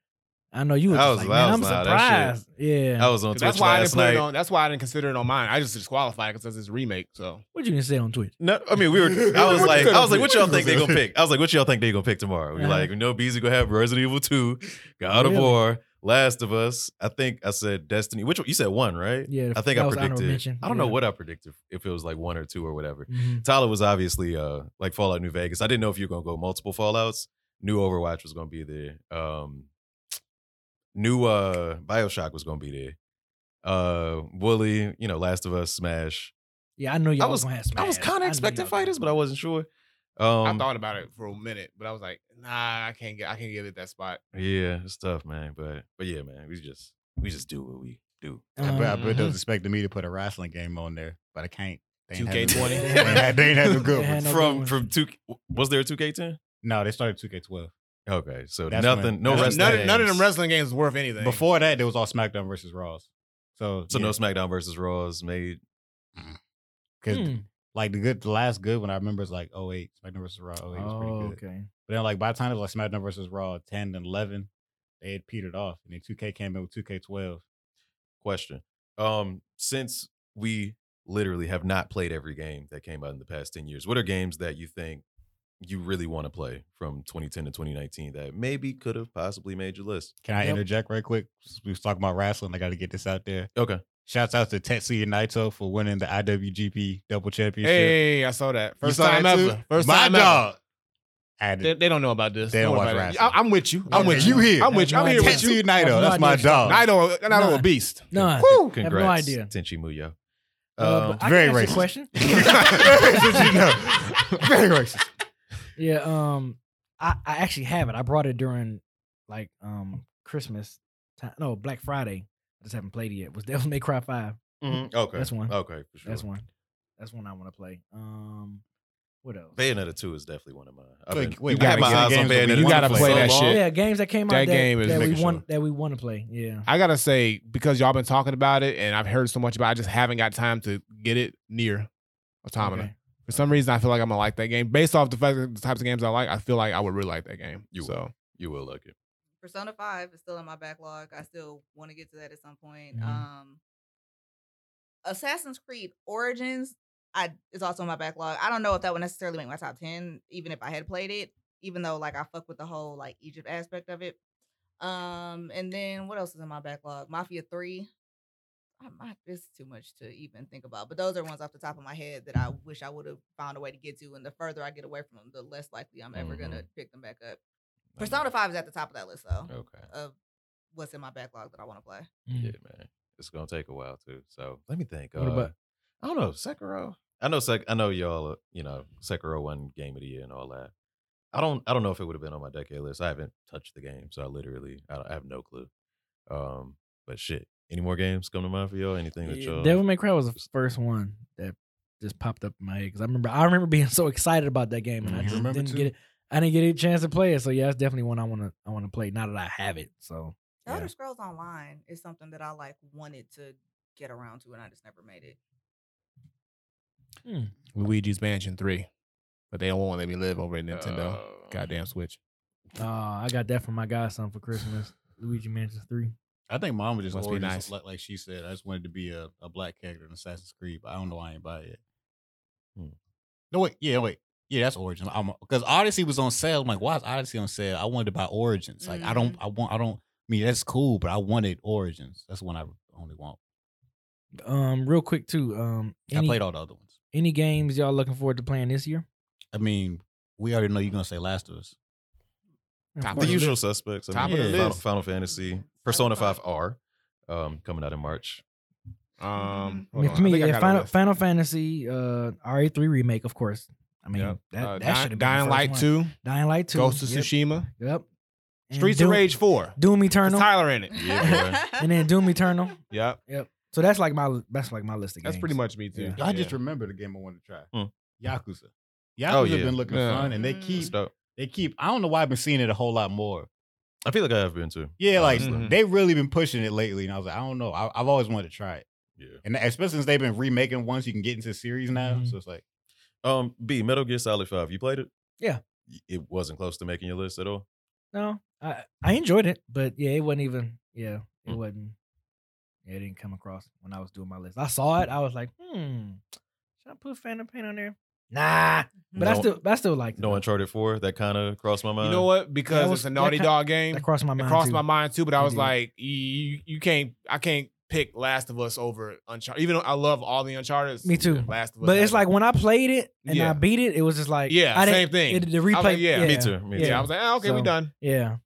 I know you. Was, I just was- like, I man, I'm was loud, that shit. surprised. Yeah. I was on 'Cause Twitch That's why I last didn't put night. it on. That's why I didn't consider it on mine. I just disqualified because it's a remake. So what you gonna say on Twitch? No, I mean we were. I was What like, you I was like, gonna what do? y'all think they gonna pick? I was like, what y'all think they gonna pick tomorrow? We Uh-huh. like, you know, Beezy gonna have Resident Evil Two, God of Really? War, Last of Us. I think I said Destiny. Which one? You said one, right? Yeah. I think that I was honorable predicted. mention. I don't know Yeah. what I predicted if it was like one or two or whatever. Mhm. Tyler was obviously uh like Fallout New Vegas. I didn't know if you were gonna go multiple Fallouts. New Overwatch was gonna be there. Um new uh Bioshock was gonna be there. Uh Wooly, you know, Last of Us, Smash. Yeah, I know y'all was, was- gonna have I was Smash. kinda knew expecting y'all was gonna- fighters, but I wasn't sure. I Um thought about it for a minute, but I was like, nah, I can't get. I can't give it that spot. Yeah, it's tough, man. But but yeah, man, we just we just do what we do. I bet, I Um, bet they was expecting me to put a wrestling game on there, but I can't. They ain't had 2K20. them- they ain't had- they ain't had no good They had ones. no good from ones. from two was there a two K ten? No, they started 2K12. Okay, so That's nothing, when- no that's None, wrestling. when- none, none of them games. wrestling games is worth anything. Before that, it was all SmackDown versus Raws. So, So no yeah, SmackDown versus Raws made. 'cause, Hmm. like the good, the last good one I remember is like 08, SmackDown versus Raw 08 was pretty Oh, good. okay. But then like by the time it was like SmackDown versus Raw 10 and 11, they had petered off, and then 2K came in with 2K12. question. Um, since we literally have not played every game that came out in the past ten years, what are games that you think you really want to play from 2010 to 2019 that maybe could have possibly made your list. Can I Yep. interject right quick? We was talking about wrestling. I got to get this out there. Okay. Shouts out to Tetsuya Naito for winning the IWGP Double Championship. Hey, I saw that. You First saw that time too? ever. First My time ever. dog. I had They, to- they don't know about this. They don't know watch about it. wrestling. I, am with you. I'm Okay, with you you. here. I'm with you. I'm I here have with no you. Tetsuya Naito. no That's my idea what dog. you're talking Naito, Naito Nah. a beast. None. Woo! no Congrats, idea. Tenchi Muyo. Uh, but Um, I can very ask you a racist. question. Did you know? Very racist. Yeah. Um, I, I actually have it. I brought it during like um Christmas time. No, Black Friday. I just haven't played it yet. Was Devil May Cry Five? mhm, okay, That's one. Okay, for sure. That's one. That's one I want to play. Um, what else? Bayonetta two is definitely one of mine. I've Wait, been- wait, you got wait, my wait, eyes on games that we- Bayonetta you one gotta for play so that long. shit. Oh, Yeah, games that came out That that, game is that we making want sure. that we want to play. Yeah. I gotta say because y'all been talking about it and I've heard so much about. it, I just haven't got time to get it near Automata. Okay. For some reason, I feel like I'm gonna like that game based off the fact that the types of games I like. I feel like I would really like that game. You so You will like it. Persona Five is still in my backlog. I still want to get to that at some point. Mhm. Um, Assassin's Creed Origins, I is also in my backlog. I don't know if that would necessarily make my top ten, even if I had played it. Even though like I fuck with the whole like Egypt aspect of it. Um, and then what else is in my backlog? Mafia Three. I might, it's too much to even think about, but those are ones off the top of my head that I wish I would have found a way to get to. And the further I get away from them, the less likely I'm ever Mhm. gonna pick them back up. Persona Five is at the top of that list though Okay. of what's in my backlog that I want to play. Mm. Yeah, man. It's gonna take a while too. So let me think. What uh, about- I don't know Sekiro. I know Sek. I know y'all. uh, You know Sekiro won Game of the Year and all that. I don't. I don't know if it would have been on my decade list. I haven't touched the game, so I literally. I, don't- I have no clue. Um, but shit. Any more games come to mind for y'all? Anything that Yeah, y'all? Devil May Cry was the first one that just popped up in my head because I remember I remember being so excited about that game and Mm-hmm. I You just remember didn't too? get it. I didn't get a chance to play it. So yeah, that's definitely one I wanna I wanna play. Now that I have it, so The Elder Yeah. Scrolls Online is something that I like wanted to get around to, and I just never made it. Luigi's Mansion Three, but they don't want to let me live over at Nintendo. Uh, Goddamn Switch. uh, I got that from my godson for Christmas. Luigi Mansion Three. I think mom would just Must be order nice. nice. like, like she said. I just wanted to be a, a black character in Assassin's Creed, but I don't know why I ain't buy it. yet. Hmm. No wait, yeah wait, yeah that's Origins. I'm because Odyssey was on sale. I'm like, why is Odyssey on sale? I wanted to buy Origins. Like I don't, I want, I don't. I mean that's cool, but I wanted Origins. That's one I only want. Um, real quick too. Um, I any, played all the other ones. any games y'all looking forward to playing this year? I mean, we already know you're gonna say Last of Us. Top the of the usual suspects. I Top of the Final, list. Final Fantasy, Persona Final Five R, um, coming out in March. mm-hmm. Um, I hold mean, on. for I me, think I yeah, got a Final, list. Final Fantasy, uh, RE3 remake, of course. I mean, Yep. that, that Uh, Dy- should have Dying Light Two, Dying Light Two, Ghost of yep, Tsushima, Yep. And Streets Doom- of Rage Four. Doom It's Eternal, Tyler in it. Yeah, Eh, and then Doom Eternal. Yep, Yep. So that's like my that's like my list of games. that's pretty much me too. Yeah. I just remember the game I wanted to try. Hmm. Yakuza. Yakuza Oh, yeah. been looking Yeah. fun, and they Mm. keep It's dope. they keep. I don't know why I've been seeing it a whole lot more. I feel like I have been too. Yeah, like mm-hmm. honestly. Mhm. they really been pushing it lately, and I was like, I don't know. I, I've always wanted to try it, yeah. and especially since they've been remaking ones, you can get into the series now. Mhm. So it's like, Um, B Metal Gear Solid Five. You played it? Yeah. Y- It wasn't close to making your list at all. No, I I enjoyed it, but yeah, it wasn't even. Yeah, it Mm. wasn't. Yeah, it didn't come across when I was doing my list. I saw it. I was like, hmm, should I put Phantom Pain on there? Nah, but I No- still I still liked it. No though. Uncharted Four. That kind of crossed my mind. You know what? Because was- it's a that Naughty ki- Dog game. That crossed my It mind. crossed too. my mind too, but I It was did. like, you, you can't, I can't pick Last of Us over Uncharted. Even though I love all the Uncharted, Me too. Last of Us, But has it's it. like when I played it and Yeah. I beat it, it was just like Yeah, I same thing. It, the was replay, like, yeah, Me too. Me yeah, too. I was like, ah, okay, we So- done. yeah.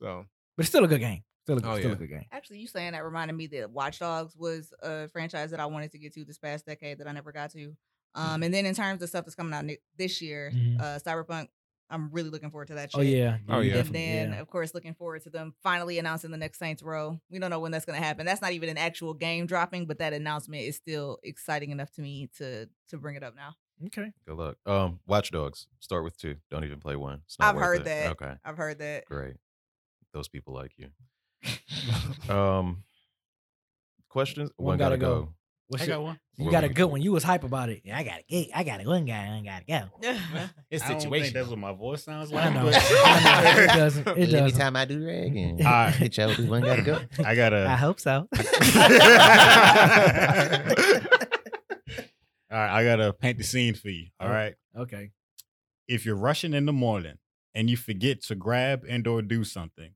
So But it's still a good game. Still a, Oh, still yeah. a good game. Actually, you saying that reminded me that Watch Dogs was a franchise that I wanted to get to this past decade that I never got Mm. to. Um, and then in terms of stuff that's coming out ne- this year, Mhm. uh, Cyberpunk, I'm really looking forward to that. Shit. Oh yeah. Oh, you And yeah. definitely- then, yeah. of course, looking forward to them finally announcing the next Saints Row. We don't know when that's going to happen. That's not even an actual game dropping, but that announcement is still exciting enough to me to to bring it up now. Okay. Good luck. Um, Watch Dogs. Start with two. Don't even play one. It's I've worth heard it. that. Okay, I've heard that. great. Those people like you. um, questions. One gotta go. What's your- one. you Where got we a can good go. one. You was hype about it. Yeah, I got it. I got it. One guy. I got to go. it's I don't think that's situation. what my voice sounds like. I know. but- I know. It doesn't. It doesn't. I do that again, All right. it shows one gotta go. I gotta. hope so. Ah. All right, I gotta paint the scene for you. All Oh. right. okay. if you're rushing in the morning and you forget to grab and or do something,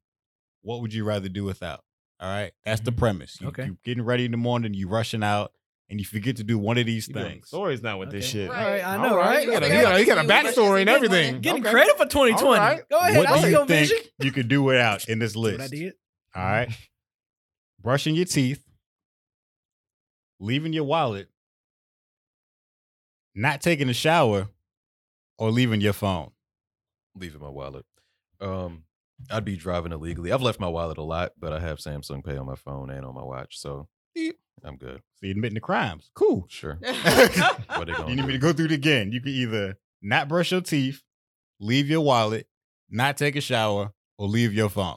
what would you rather do without? All right, that's the Mhm. premise. You, Okay. are getting ready in the morning, you rushing out, and you forget to do one of these You doing things. Stories now with this Okay. shit. Right. I know, right? You got a, he got a, he got a But it's backstory and a good everything. one. Getting Okay. credit for 2020. All right. Go ahead. What That's do your you think vision. you could do without in this That's what I list? did. All right. Brushing your teeth, leaving your wallet, not taking a shower, or leaving your phone. leaving my wallet. Um, I'd be driving illegally. I've left my wallet a lot, but I have Samsung Pay on my phone and on my watch, so eep, I'm good. So you're admitting the crimes. Cool. Sure. What Right. they You gonna need me to do? go through it again. You can either not brush your teeth, leave your wallet, not take a shower, or leave your phone.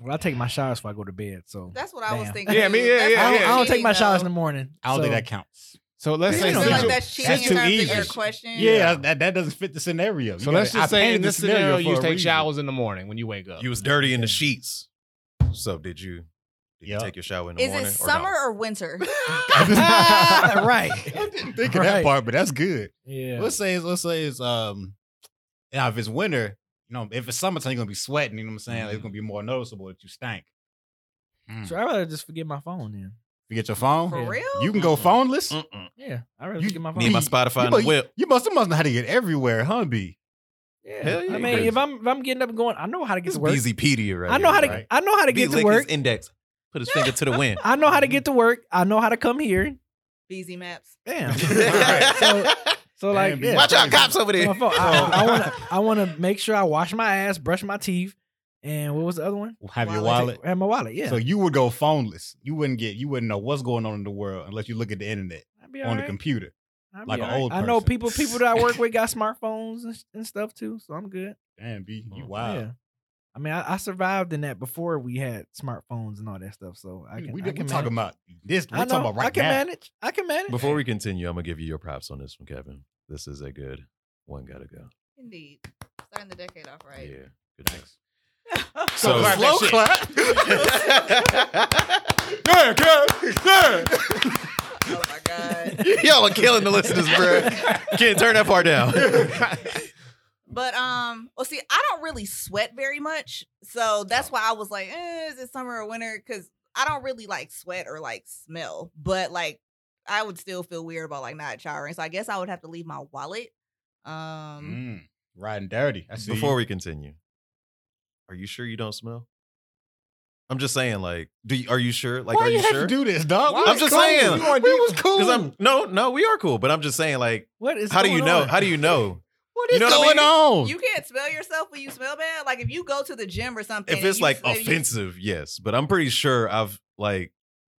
Well, I take my showers before I go to bed. So That's what I was Damn. thinking. Yeah, I mean, yeah, That's yeah, I, don't, yeah. I don't cheating, take my showers in though. the morning. I don't so think that counts. So let's You say I don't know. feel like Central- that's cheating That's in too terms of easy. your question. Yeah, that, that doesn't fit the scenario. You So let's gotta- just I say painted in the this scenario, you for a take reason. showers in the morning when you wake up. You was dirty in the sheets. So did you? Did Yeah. you take your shower in the Is morning? it or no? summer or winter? right. I didn't think of that Right. part, but that's good. Yeah. Let's say it's let's say it's um now if it's winter, you know, if it's summertime, you're gonna be sweating, you know what I'm saying? Like, it's gonna be more noticeable that you stank. Hmm. So I'd rather just forget my phone then. You get your phone, For Yeah. real? you can go phoneless. Mm-mm. Yeah. I'd rather You- forget my phone. Need my You- Spotify You, and the must, whip. you must you must know how to get everywhere, huh, B? yeah. Hell yeah, I you mean, crazy. if I'm if I'm getting up and going, I know how to get It's to work. BZpedia right I know here, how to right? I know how to B get to lick work. His index. Put his finger to the wind. I know how to Mm-hmm. get to work. I know how to come here. BZ Maps. Damn. right, so so like Damn, yeah. Watch out, crazy. cops over there. My phone. I, want to. I want to make sure I wash my ass, brush my teeth, and what was the other one? Have your Wallet. wallet. Have my wallet. Yeah. So you would go phoneless. You wouldn't get you wouldn't know what's going on in the world unless you look at the internet I'd be on the alright. computer. I'd be like an alright. old I know person. people. People that I work with got smartphones and, and stuff too, so I'm good. Damn, B, you Mm. wow. Yeah. I mean, I, I survived in that before we had smartphones and all that stuff, so I can. we I we can talking manage. about this. We're I know. talking about right I can now. manage. I can manage. Before we continue, I'm gonna give you your props on this one, Kevin. This is a good one. Gotta go. Indeed. Starting the decade off right. Yeah. Good job. So clap that shit. Yeah, yeah, Oh my God. yeah. Y'all are killing the listeners, bro. Can't turn that part down. But um, well, see, I don't really sweat very much, so that's why I was like, eh, is it summer or winter? Because I don't really like sweat or like smell, but like I would still feel weird about like not showering. So I guess I would have to leave my wallet. Um, Mm, riding dirty. I see. Before Before we continue, are you sure you don't smell? I'm just saying, like, do you, are you sure? Like, why are you, you have sure? to do this, dog? I'm just saying. We was cool. Because I'm no, no, we are cool, but I'm just saying, like, What is? how do you going know? on? How do you know? what you is know what I going mean? on? you can't smell yourself when you smell bad. Like if you go to the gym or something, If and it's you like smell- you- offensive, yes, but I'm pretty sure I've like,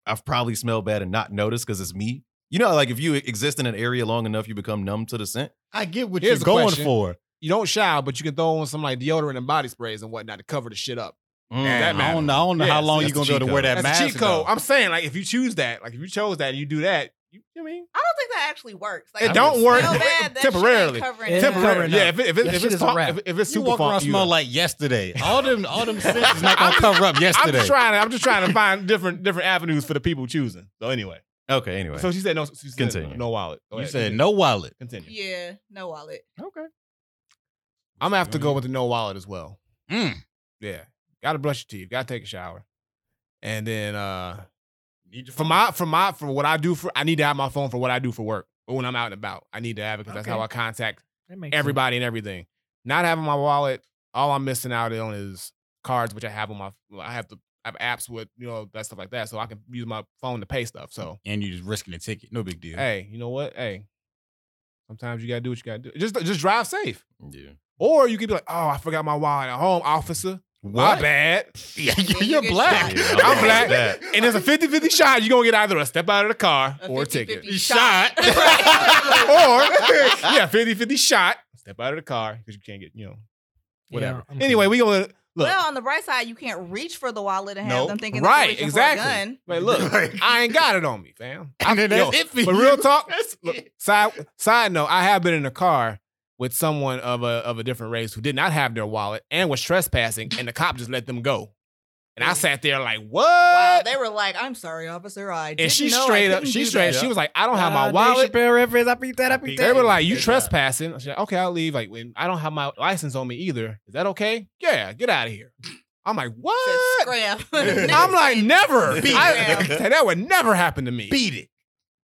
I've probably smelled bad and not noticed because it's me. You know, like if you exist in an area long enough, you become numb to the scent. I get what Here's you're a going question. for. You don't shower, but you can throw on some like deodorant and body sprays and whatnot to cover the shit up. I Mm. That matter. don't know, I don't know how Yes, long that's you're gonna the be able to cheat wear code. that That's a mask. cheat code. though. I'm saying like if you choose that, like if you chose that and you do that, you, you know what I mean I don't think that actually works. Like It if you don't work smell bad, that shit ain't temporarily. covering It ain't up. Temporary. covering Yeah, up. if, it, if, it, That if shit it's is a funk- wrap. if, if it's you super walk around funk, you smell know. like yesterday. All them, all them scents is not gonna cover up I'm yesterday. just trying. to- I'm just trying to find different different avenues for the people choosing. So anyway, Okay, anyway. so she said no. She said Continue. No wallet. Go You ahead, said continue. no wallet. Continue. Yeah, no wallet. Okay. I'm gonna have Mm. to go with the no wallet as well. Mm. Yeah. Gotta brush your teeth. Gotta take a shower. And then uh Need your for my for my for what I do for I need to have my phone for what I do for work. Or when I'm out and about. I need to have it because that's Okay. how I contact That makes sense. everybody and everything. Not having my wallet, all I'm missing out on is cards, which I have on my I have to I have apps with, you know, that stuff like that. So I can use my phone to pay stuff. So and you just risking a ticket. No big deal. hey, you know what? Hey, sometimes you gotta do what you gotta do. Just just drive safe. yeah. Or you could be like, oh, I forgot my wallet at home, officer. My bad. Yeah, you you're get black. shot. Yeah, I'm black. That. And there's a 50 50 shot. You're going to get either a step out of the car A or a 50-50 ticket. shot. or, yeah, 50 50 shot. Step out of the car because you can't get, you know, whatever. Yeah, I'm anyway, cool. we going to look. Mm-hmm. Well, on the bright side, you can't reach for the wallet and have Nope. them thinking Right, right, exactly. for a gun. Wait, look, I ain't got it on me, fam. and then that's Yo, it for But you. real talk, That's look, it. side side note, I have been in a car with someone of a of a different race who did not have their wallet and was trespassing, and the cop just let them go. And I sat there like, what? Wow, they were like, "I'm sorry, officer, I." Didn't and she know I straight up, couldn't she do straight, that." she was like, I don't have my Nah, wallet. Dave Chappelle reference. I beat that. I beat Beat that. They were like, "You Yeah. trespassing?" I said, "Okay, I'll leave." Like, when I don't have my license on me either. Is that okay? Yeah, get out of here. I'm like, Said, what? "Scram." I'm like, never. Beat I, it. that would never happen to me. Beat it.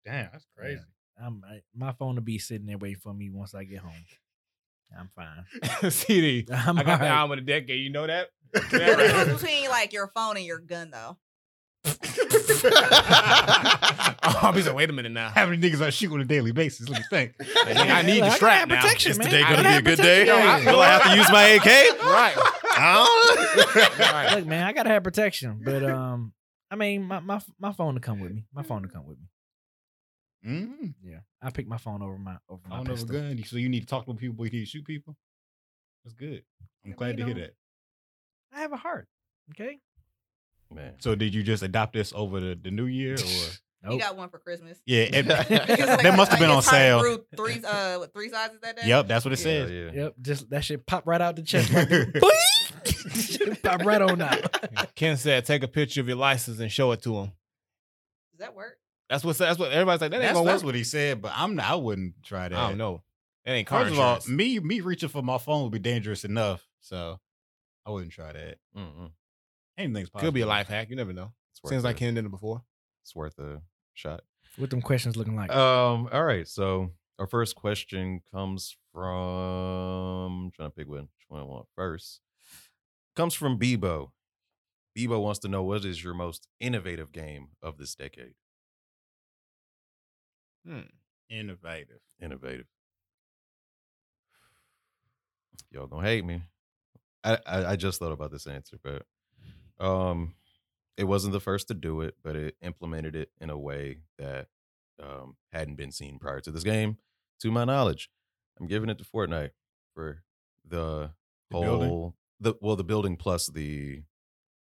Damn, that's crazy. I'm, I, my phone will be sitting there waiting for me once I get home. I'm fine. CD. I'm I got the alright. album of the decade. You know that. The difference between like your phone and your gun, though. I'll be like, wait a minute now. How many niggas I shoot on a daily basis? Let me think. I need the Like, I strap got now. protection, man. Today I gonna be a got good day. protection. Yeah, I- Will I have to use my AK? Right. I right. Look, man, I gotta have protection, but um, I mean, my my my phone to come with me. My phone to come with me. Mm, Yeah, I pick my phone over my over I my don't know a pistol. gun. So you need to talk to people, but you need to shoot people. That's good. I'm Yeah, glad you to hear know. that. I have a heart. Okay. don't. Man. So did you just adopt this over the, the new year or? You Nope. got one for Christmas. Yeah, it, Because, like, That must have like, been your tire on sale. Grew three, uh, what, three sizes that day. yep, that's what it Hell says. yeah. Yep. Just that shit pop right out the chest. Like, boing! pop right on out. Ken said, take a picture of your license and show it to him. Does that work? That's what. That's what everybody's like. That ain't That's, gonna that's work. what he said, but I'm I wouldn't try that. I don't know. That ain't car First of all, insurance. me me reaching for my phone would be dangerous enough, so I wouldn't try that. Mm-mm. Anything's possible. Could be a life hack. You never know. It's worth Seems like it. Ken did it before. It's worth a shot. What them questions looking like? Um, all right. So our first question comes from I'm trying to pick which one I want first. Comes from Bebo. Bebo wants to know what is your most innovative game of this decade? Hmm. Innovative. Innovative. Y'all gonna hate me. I, I I just thought about this answer, but um it wasn't the first to do it, but it implemented it in a way that um hadn't been seen prior to this game, to my knowledge. I'm giving it to Fortnite for the, The whole building? the well the building plus the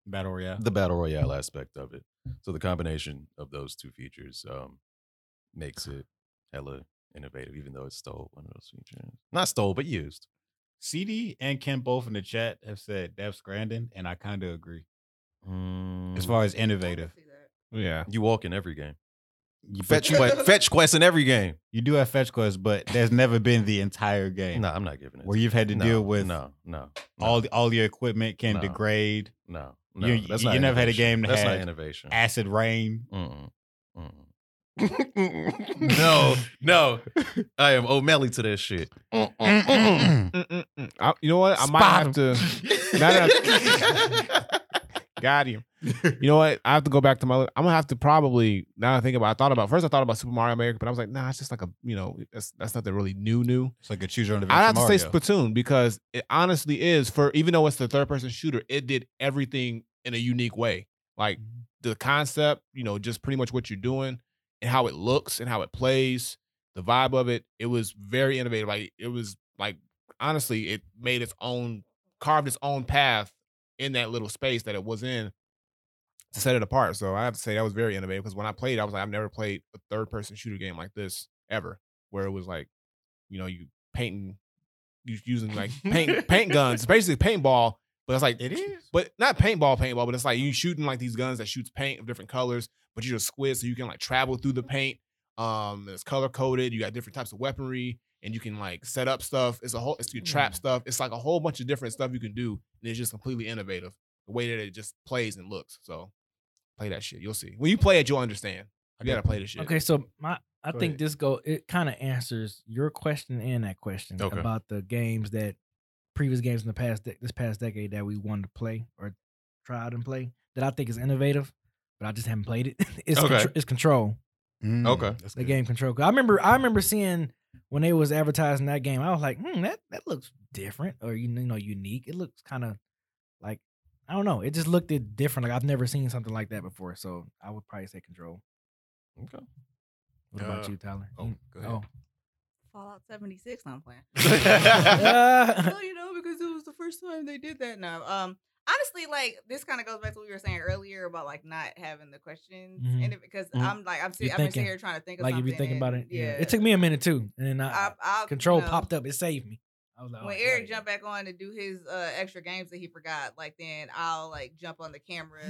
Battle Royale. the battle royale aspect of it. So the combination of those two features um, makes it hella innovative, even though it stole one of those features. Not stole, but used. CD and Ken both in the chat have said that's Grandin, and I kind of agree. As Mm, far as I innovative, can see that. Yeah. you walk in every game. you, Fetch fetch. quest, fetch quest in every game. you do have fetch quests, but there's never been the entire game No, I'm not giving it. where to you've had to no, deal with no, no, no, all the, all your equipment can No. degrade, no, no. you- that's you not never had a innovation. game that that's not had innovation. acid rain. Mm-mm. Mm-mm. no, no, I am O'Malley to that shit. Mm-mm-mm. I, you know what? I might have to. Now that Got him. You know what? I have to go back to my. li- I'm gonna have to probably now. that I think about. I thought about first. I thought about Super Mario Maker, but I was like, nah. It's just like a. You know, that's that's nothing really new. New. It's like a choose your own adventure. I have to say Mario. Splatoon because it honestly is for even though it's the third person shooter, it did everything in a unique way. Like the concept, you know, just pretty much what you're doing and how it looks and how it plays, the vibe of it. It was very innovative. Like it was like honestly, it made its own carved its own path in that little space that it was in to set it apart. So I have to say that was very innovative because when I played, I was like, I've never played a third person shooter game like this ever, where it was like, you know, you painting, you using like paint paint guns, basically paintball, but it's like it is. but not paintball, paintball, but it's like you shooting like these guns that shoots paint of different colors, but you're a squid, so you can like travel through the Mm. paint. Um, and it's color coded. You got different types of weaponry, and you can like set up stuff. It's a whole, it's you trap Mm. stuff. It's like a whole bunch of different stuff you can do, and it's just completely innovative the way that it just plays and looks. So play that shit. You'll see when you play it, you'll understand. You gotta play this shit. Okay, so my I Go think ahead. this go it kind of answers your question and that question Okay. about the games that previous games in the past de- this past decade that we wanted to play or tried and play that I think is innovative, but I just haven't played it. it's Okay. contr- it's control Okay. that's the good. game control. 'Cause I remember I remember seeing when they was advertising that game, I was like, hmm, that that looks different or you know unique. It looks kind of like I don't know. It just looked it different. Like I've never seen something like that before. So I would probably say control. Okay. What about Uh, you, Tyler? Mm, oh, You- go ahead. Fallout 76. No, I'm playing. Uh, well, you know, because it was the first time they did that. No, um, honestly, like this kind of goes back to what you were saying earlier about like not having the questions, Mhm. and it, because Mhm. I'm like I'm, You're sitting I'm thinking. sitting here trying to think of like if something. you think about and- it, yeah. It took me a minute too, and then I, I, I, control no. popped up. It saved me. I was like, "Oh, when Eric jumped back on to do his uh, extra games that he forgot, like then I'll like jump on the camera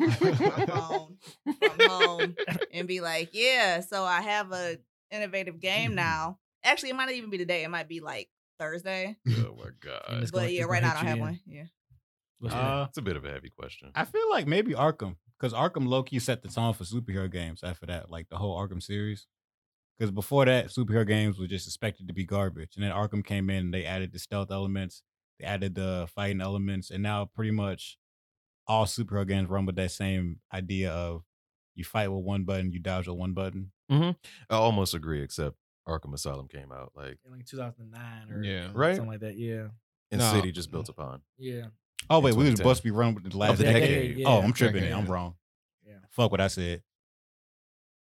like, my phone from home and be like, yeah, so I have a innovative Mm-hmm. game now. Actually, it might not even be today. It might be like Thursday. Oh my god, It's gonna- but it's yeah, gonna right now I hit don't you have in. one. Yeah. back. Uh, it's a bit of a heavy question. I feel like maybe Arkham, because Arkham low key set the tone for superhero games after that, like the whole Arkham series. Because before that, superhero games were just expected to be garbage. And then Arkham came in and they added the stealth elements, they added the fighting elements, and now pretty much all superhero games run with that same idea of you fight with one button, you dodge with one button. I almost agree, except Arkham Asylum came out like in like 2009 or Yeah. Right. something like that. Yeah, and No. City just built upon. yeah. Oh, wait, we was 2010. supposed to be running with the last the decade. decade, yeah. Oh, I'm tripping. Decade. I'm wrong. Yeah. Fuck what I said.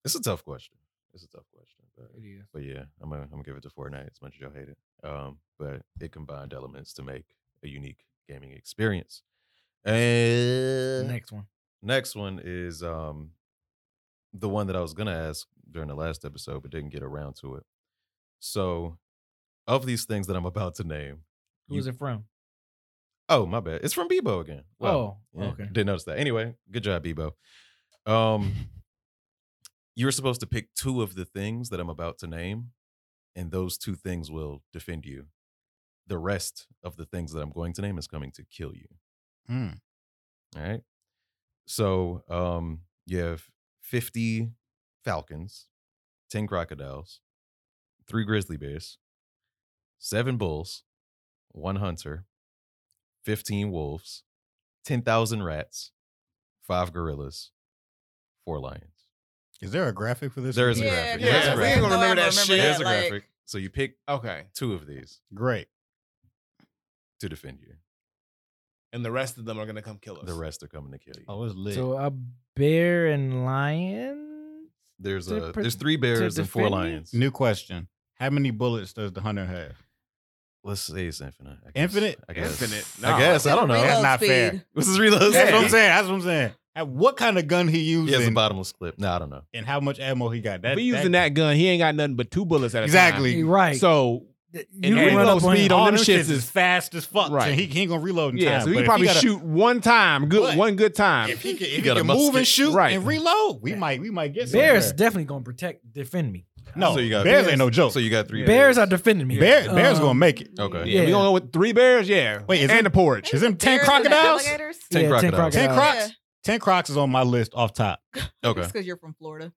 It's a tough question. It's a tough question. But, It is. but yeah, I'm gonna I'm gonna give it to Fortnite as much as y'all hate it. Um, but it combined elements to make a unique gaming experience. And Next one. next one is um the one that I was gonna ask during the last episode, but didn't get around to it. So, of these things that I'm about to name, Who is it from? Oh, my bad. It's from Bebo again. Wow. Oh, okay. Didn't notice that. Anyway, good job, Bebo. Um, you were supposed to pick two of the things that I'm about to name, and those two things will defend you. The rest of the things that I'm going to name is coming to kill you. Hmm. All right. So um, you have 50 falcons, 10 crocodiles, three grizzly bears, seven bulls, one hunter, 15 wolves, 10,000 rats, five gorillas, four lions. Is there a graphic for this? There is a one? graphic. yeah, There's a we ain't graphic. gonna remember that shit. There's a like- graphic. So you pick Okay. two of these Great. to defend you. And the rest of them are gonna come kill us. The rest are coming to kill you. Oh, it's lit. So a bear and lion. there's to a pr- there's three bears and four defend you? lions. New question. How many bullets does the hunter have? Let's say it's infinite. I guess. Infinite? I guess. Infinite. I Nah. guess. I don't know. That's Reload not fair. speed. This is reload. That's what I'm speed. saying. That's what I'm saying. At what kind of gun he He has a using bottomless clip. No, I don't know. and how much ammo he got. we using that, gun. He ain't got nothing but two bullets at a Exactly. You're time. Right. So Th- and can reload on speed him. on all them them shits shits is fast as fuck. Right. Right. he, he ain't gonna reload in yeah, time. so but he can if probably gotta- shoot one time, good But- one good time. If he can, if He he got a can move musket. and shoot Right. and reload, we Yeah. might we might get Bears somewhere. definitely gonna protect, defend me. No, So you got- bears ain't no joke. So you got three Bears are defending me. Bear, bears Um, gonna make it. Okay. yeah, yeah. we gonna go with three bears, yeah. Wait, is and it- the porch. Is them ten Bears and crocodiles? alligators? Ten Yeah, crocodiles. Ten crocodiles. crocs. Ten crocs is on my list off top. Okay. It's because you're from Florida.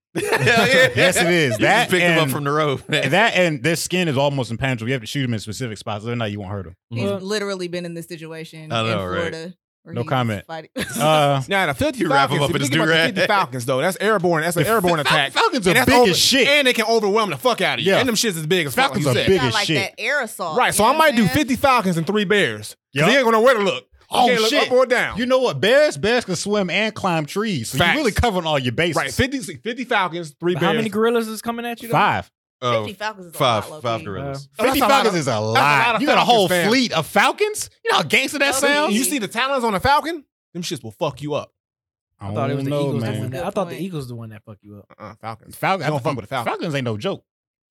Yes, it is. You just That picked them up and- from the road. And that and their skin is almost impenetrable. You have to shoot them in specific spots. Other than that, you won't hurt them. He's Well- literally been in this situation I know, in right? Florida. where No he's comment. fighting- Uh, Now the fifty You wrap Falcons. him up if in you his think about the do-rag. fifty Falcons though, that's airborne. That's an airborne attack. Falcons are big And that's over- as shit. And they can overwhelm the fuck out of you. Yeah. And them shits is big as fuck. like Falcons you are said. big got as like shit. that aerosol. Right, so you I know might what do I'm saying? fifty Falcons and three bears. 'Cause Yup. He ain't gonna know where to look. Oh, he can't shit. look up or down. You know what? Bears, bears can swim and climb trees. So you Facts. really covering all your bases. right, 50, 50 Falcons, three But bears. How many gorillas is coming at you? though? Five. Oh, Fifty Falcons is a five, lot, low five key. gorillas. Oh, that's 50 a lot Falcons of- is a lot. lot of you got a Falcons, whole fam. fleet of Falcons? You know how gangster that No, sounds? You see the talons on a falcon? Them shits will fuck you up. I thought it was the don't Eagles. know, that man. won that. I Good thought the point. Eagles the one that fucked you up. Uh-uh, falcons. Falcons, You don't fuck with the Falcons. Falcons ain't no joke.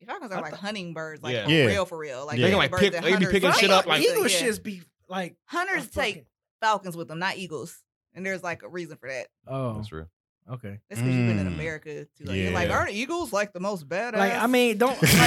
Falcons are like hunting birds, like Yeah. for Yeah. real, for real. Like They can, they're like, birds pick- that they be hunters- picking Right. shit up, like- Eagles Yeah. shits be like hunters fucking- take falcons with them, not eagles. And there's like a reason for that. uh, Oh, That's real. okay. That's because you've been in Mm. America too. Like, You're like, Yeah. aren't eagles like the most badass? Like I mean, don't. Merlin.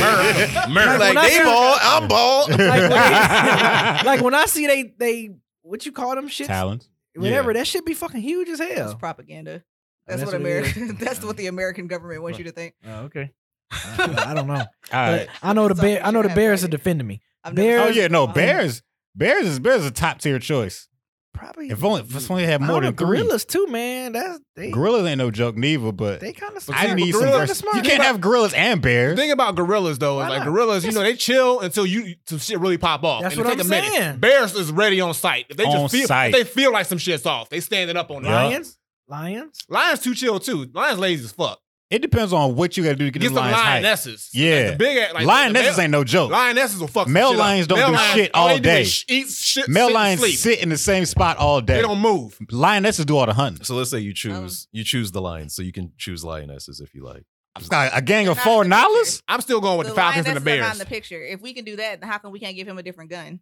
Like, Like, when I they heard- ball, I'm ball. Like, Merlin. like when I see they they what you call them shit, Talons. whatever that shit be fucking huge as it's hell. propaganda. That's, that's what what it is? America. that's what the American government wants you to think. Oh, okay. I don't know. All But right. I know the So bear. you I know the have bears are bears. defending me. I've never Oh, Bears- yeah, no. Um, Bears. Bears is bears is a top tier choice. Probably. If only if it's only had I more don't know, than three. gorillas too, man. That's they. Gorillas ain't no joke neither, but They kind of. I need some. gorillas are vers- You can't have gorillas and The bears. thing about gorillas though Why is like not? gorillas, you know, they chill until you some shit really pop off. That's and it what take I'm a minute. saying. Bears is ready on sight. If they On just feel, sight. if they feel like some shit's off, they standing up on it. Yeah. Lions. Lions. Lions too chill too. Lions lazy as fuck. It depends on what you got to do to get Get the some lions height. lionesses. Yeah. like the big like Lionesses the ain't no male- joke. lionesses will fuck. some Male shit up. lions don't Male do lions, shit all they do day. is sh- eat shit. Male sit lions and sleep. sit in the same spot all day. They don't move. Lionesses do all the hunting. Oh. So let's say you choose you choose the lions, so you can choose lionesses if you like. It's got a gang of Not four in the picture. dollars. I'm still going with the, lion Falcons and the that's not Bears. in the picture. If we can do that, then how come we can't give him a different gun?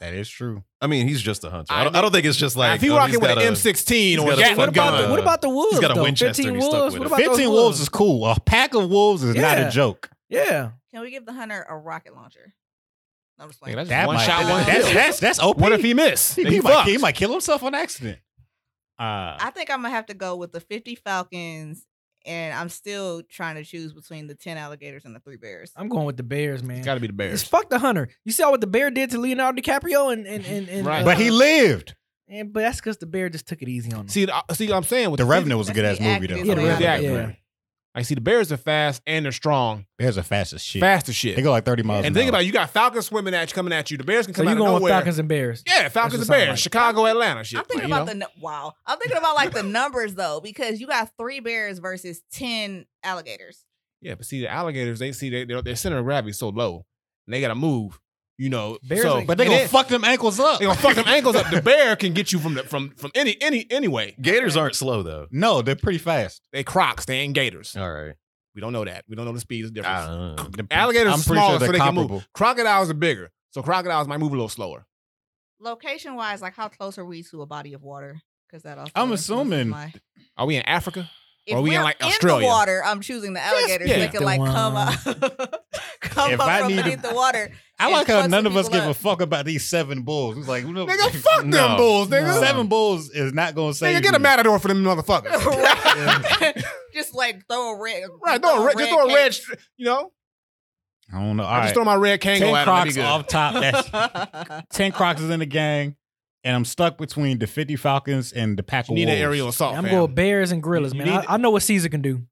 That is true. I mean, he's just a hunter. I I don't, I don't think it's just like if he oh, rocking he's with got an a- M16 or he's a got a Gatling What fucking gun, about the, what about the wolves? got a though? Winchester and Fifteen he's stuck wolves. with What it. about those Fifteen wolves is cool. A pack of wolves is not Yeah. a joke. Yeah. Can we give the hunter a rocket launcher? No, I'm just Yeah, playing. that's That one might, shot, one that's, kill. that's that's OP. What if he missed? he, Then you might, fucked. he might kill himself on accident? Uh, I think I'm gonna have to go with the 50 Falcons, and I'm still trying to choose between the 10 alligators and the three bears. I'm going with the Bears, man. It's got to be the It's Bears. fuck the hunter. You saw what the bear did to Leonardo DiCaprio, and and and, and Right. but he uh, lived. and, but that's because the bear just took it easy on him. See, the- see, what I'm saying with The Revenant was a That's good ass the movie though. actors, yeah, the Yeah. Revenant, Yeah. yeah. I see the Bears are fast and they're strong, Bears are fast as shit. fast as shit. They go like thirty miles. and an think hour. about it, you got Falcons swimming at you, coming at you. The Bears can So come you out of going with nowhere. Falcons and Bears? Yeah, Falcons That's and what it sound Bears, like. Chicago, Atlanta, shit. I'm thinking like, about the nu- wow. I'm thinking about like the numbers though, because you got three bears versus 10 alligators. the yeah, but see the alligators, they see they, their their center of gravity is so low, and they gotta move. You know, Bears so, ain't- but they and gonna then- fuck them ankles up. they gonna fuck them ankles up. The bear can get you from the, from from any any anyway. Gators aren't slow though. No, they're pretty fast. They Crocs, they ain't Gators. All right. We don't know that. We don't know the speed is different. I don't know. Alligators I'm are pretty smaller, sure they're so they can comparable. move. Crocodiles are bigger, so crocodiles might move a little slower. Location wise, like how close are we to a body of water? Because that also I'm influences assuming- my- Are we in Africa? if Or we in, we're like, Australia? the water, I'm choosing the alligators pick that can the like come one. up, come If up I from need to- beneath the water. I and like how fuck none some of us people give a up. fuck about these seven bulls. It's like, no, Nigga, fuck No. them bulls, nigga. No. seven bulls is not gonna save. Nigga, get a you. matador for them motherfuckers. Right. just like throw a red, right, throw a red, just throw a cake. red, str- you know. I don't know. All I right, just throw my red Kango ten at him. It'd be Crocs good. off top. That's ten Crocs is in the gang, and I'm stuck between the fifty Falcons and the pack You of need an wolves. aerial assault. I'm Oh, fam. going Bears and Gorillas, You man. need- I, I know what Caesar can do.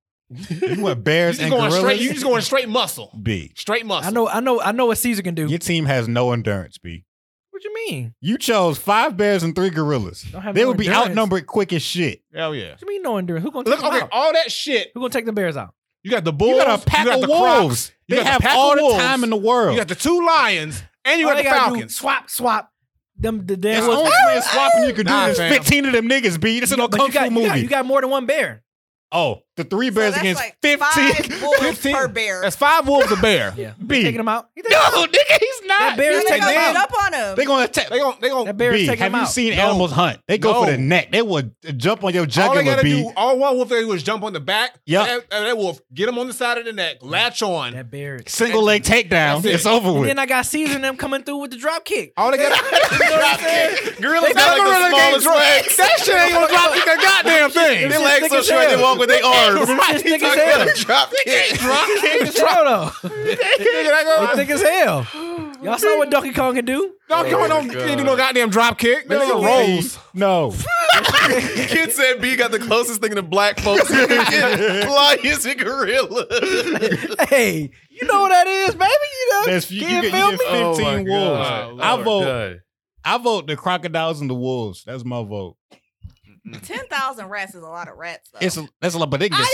You want bears You just and going gorillas? straight. You just going straight muscle. B. Straight muscle. I know, I know, I know what Caesar can do. Your team has no endurance. B. What you mean? You chose five bears and three gorillas. Don't have They no would be endurance. outnumbered quick as shit. Hell yeah. What you mean no endurance? Who gonna take Look, them okay, out? all that shit. Who gonna take the Bears out? You got the bulls. you got a pack you got of the wolves. Crocs, you they got have pack of all the wolves, time in the world. You got the two lions, and you All got they the gotta do, Falcons. Swap, swap them. The That's damn. the ones- only way swapping you can do Nah, is fam. 15 of them niggas, B. This is Yeah, no but kung you got, fu you got- movie. you got more than one bear. oh, the three So bears that's against like 15. Five wolves 15. per bear. That's five wolves a bear. Yeah, B. taking them out. You think- No, nigga, he's That not. bear is They taking gonna them get out. up on him. They gonna attack. They gon' they gon' That bear B, is taking have them you out. seen No. animals hunt? They go for the No. neck. They will jump on your all they jugular, gotta B. do. All one wolf they do is jump on the back. Yup. and That, and that wolf get him on the side of the neck, latch on. That bear. is- Single leg takedown. That's it. It's over And with. then I got Caesar and them coming through with the drop kick. all they gotta. You know what I'm saying? Gorillas got got like the like the smallest smallest legs. that shit ain't gonna drop you a goddamn thing. It's Their just legs thick so as short hell. they walk with their arms. It's just thick as Talking about hell. a drop kick. Thick as hell though. They thick as hell. Y'all saw what Donkey Kong can do? No, come on, don't God. can't do no goddamn drop kick. They Nigga, don't rolls. B, No. Kid said B got the closest thing to black folks. you can get. Lions and gorillas. Hey, you know what that is, baby. You know, That's, you, Can't you get, feel you get me? Oh 15 wolves. I vote. God. I vote the crocodiles and the wolves. That's my vote. Ten thousand rats is a lot of rats. Though. It's a, that's a lot, but they I get am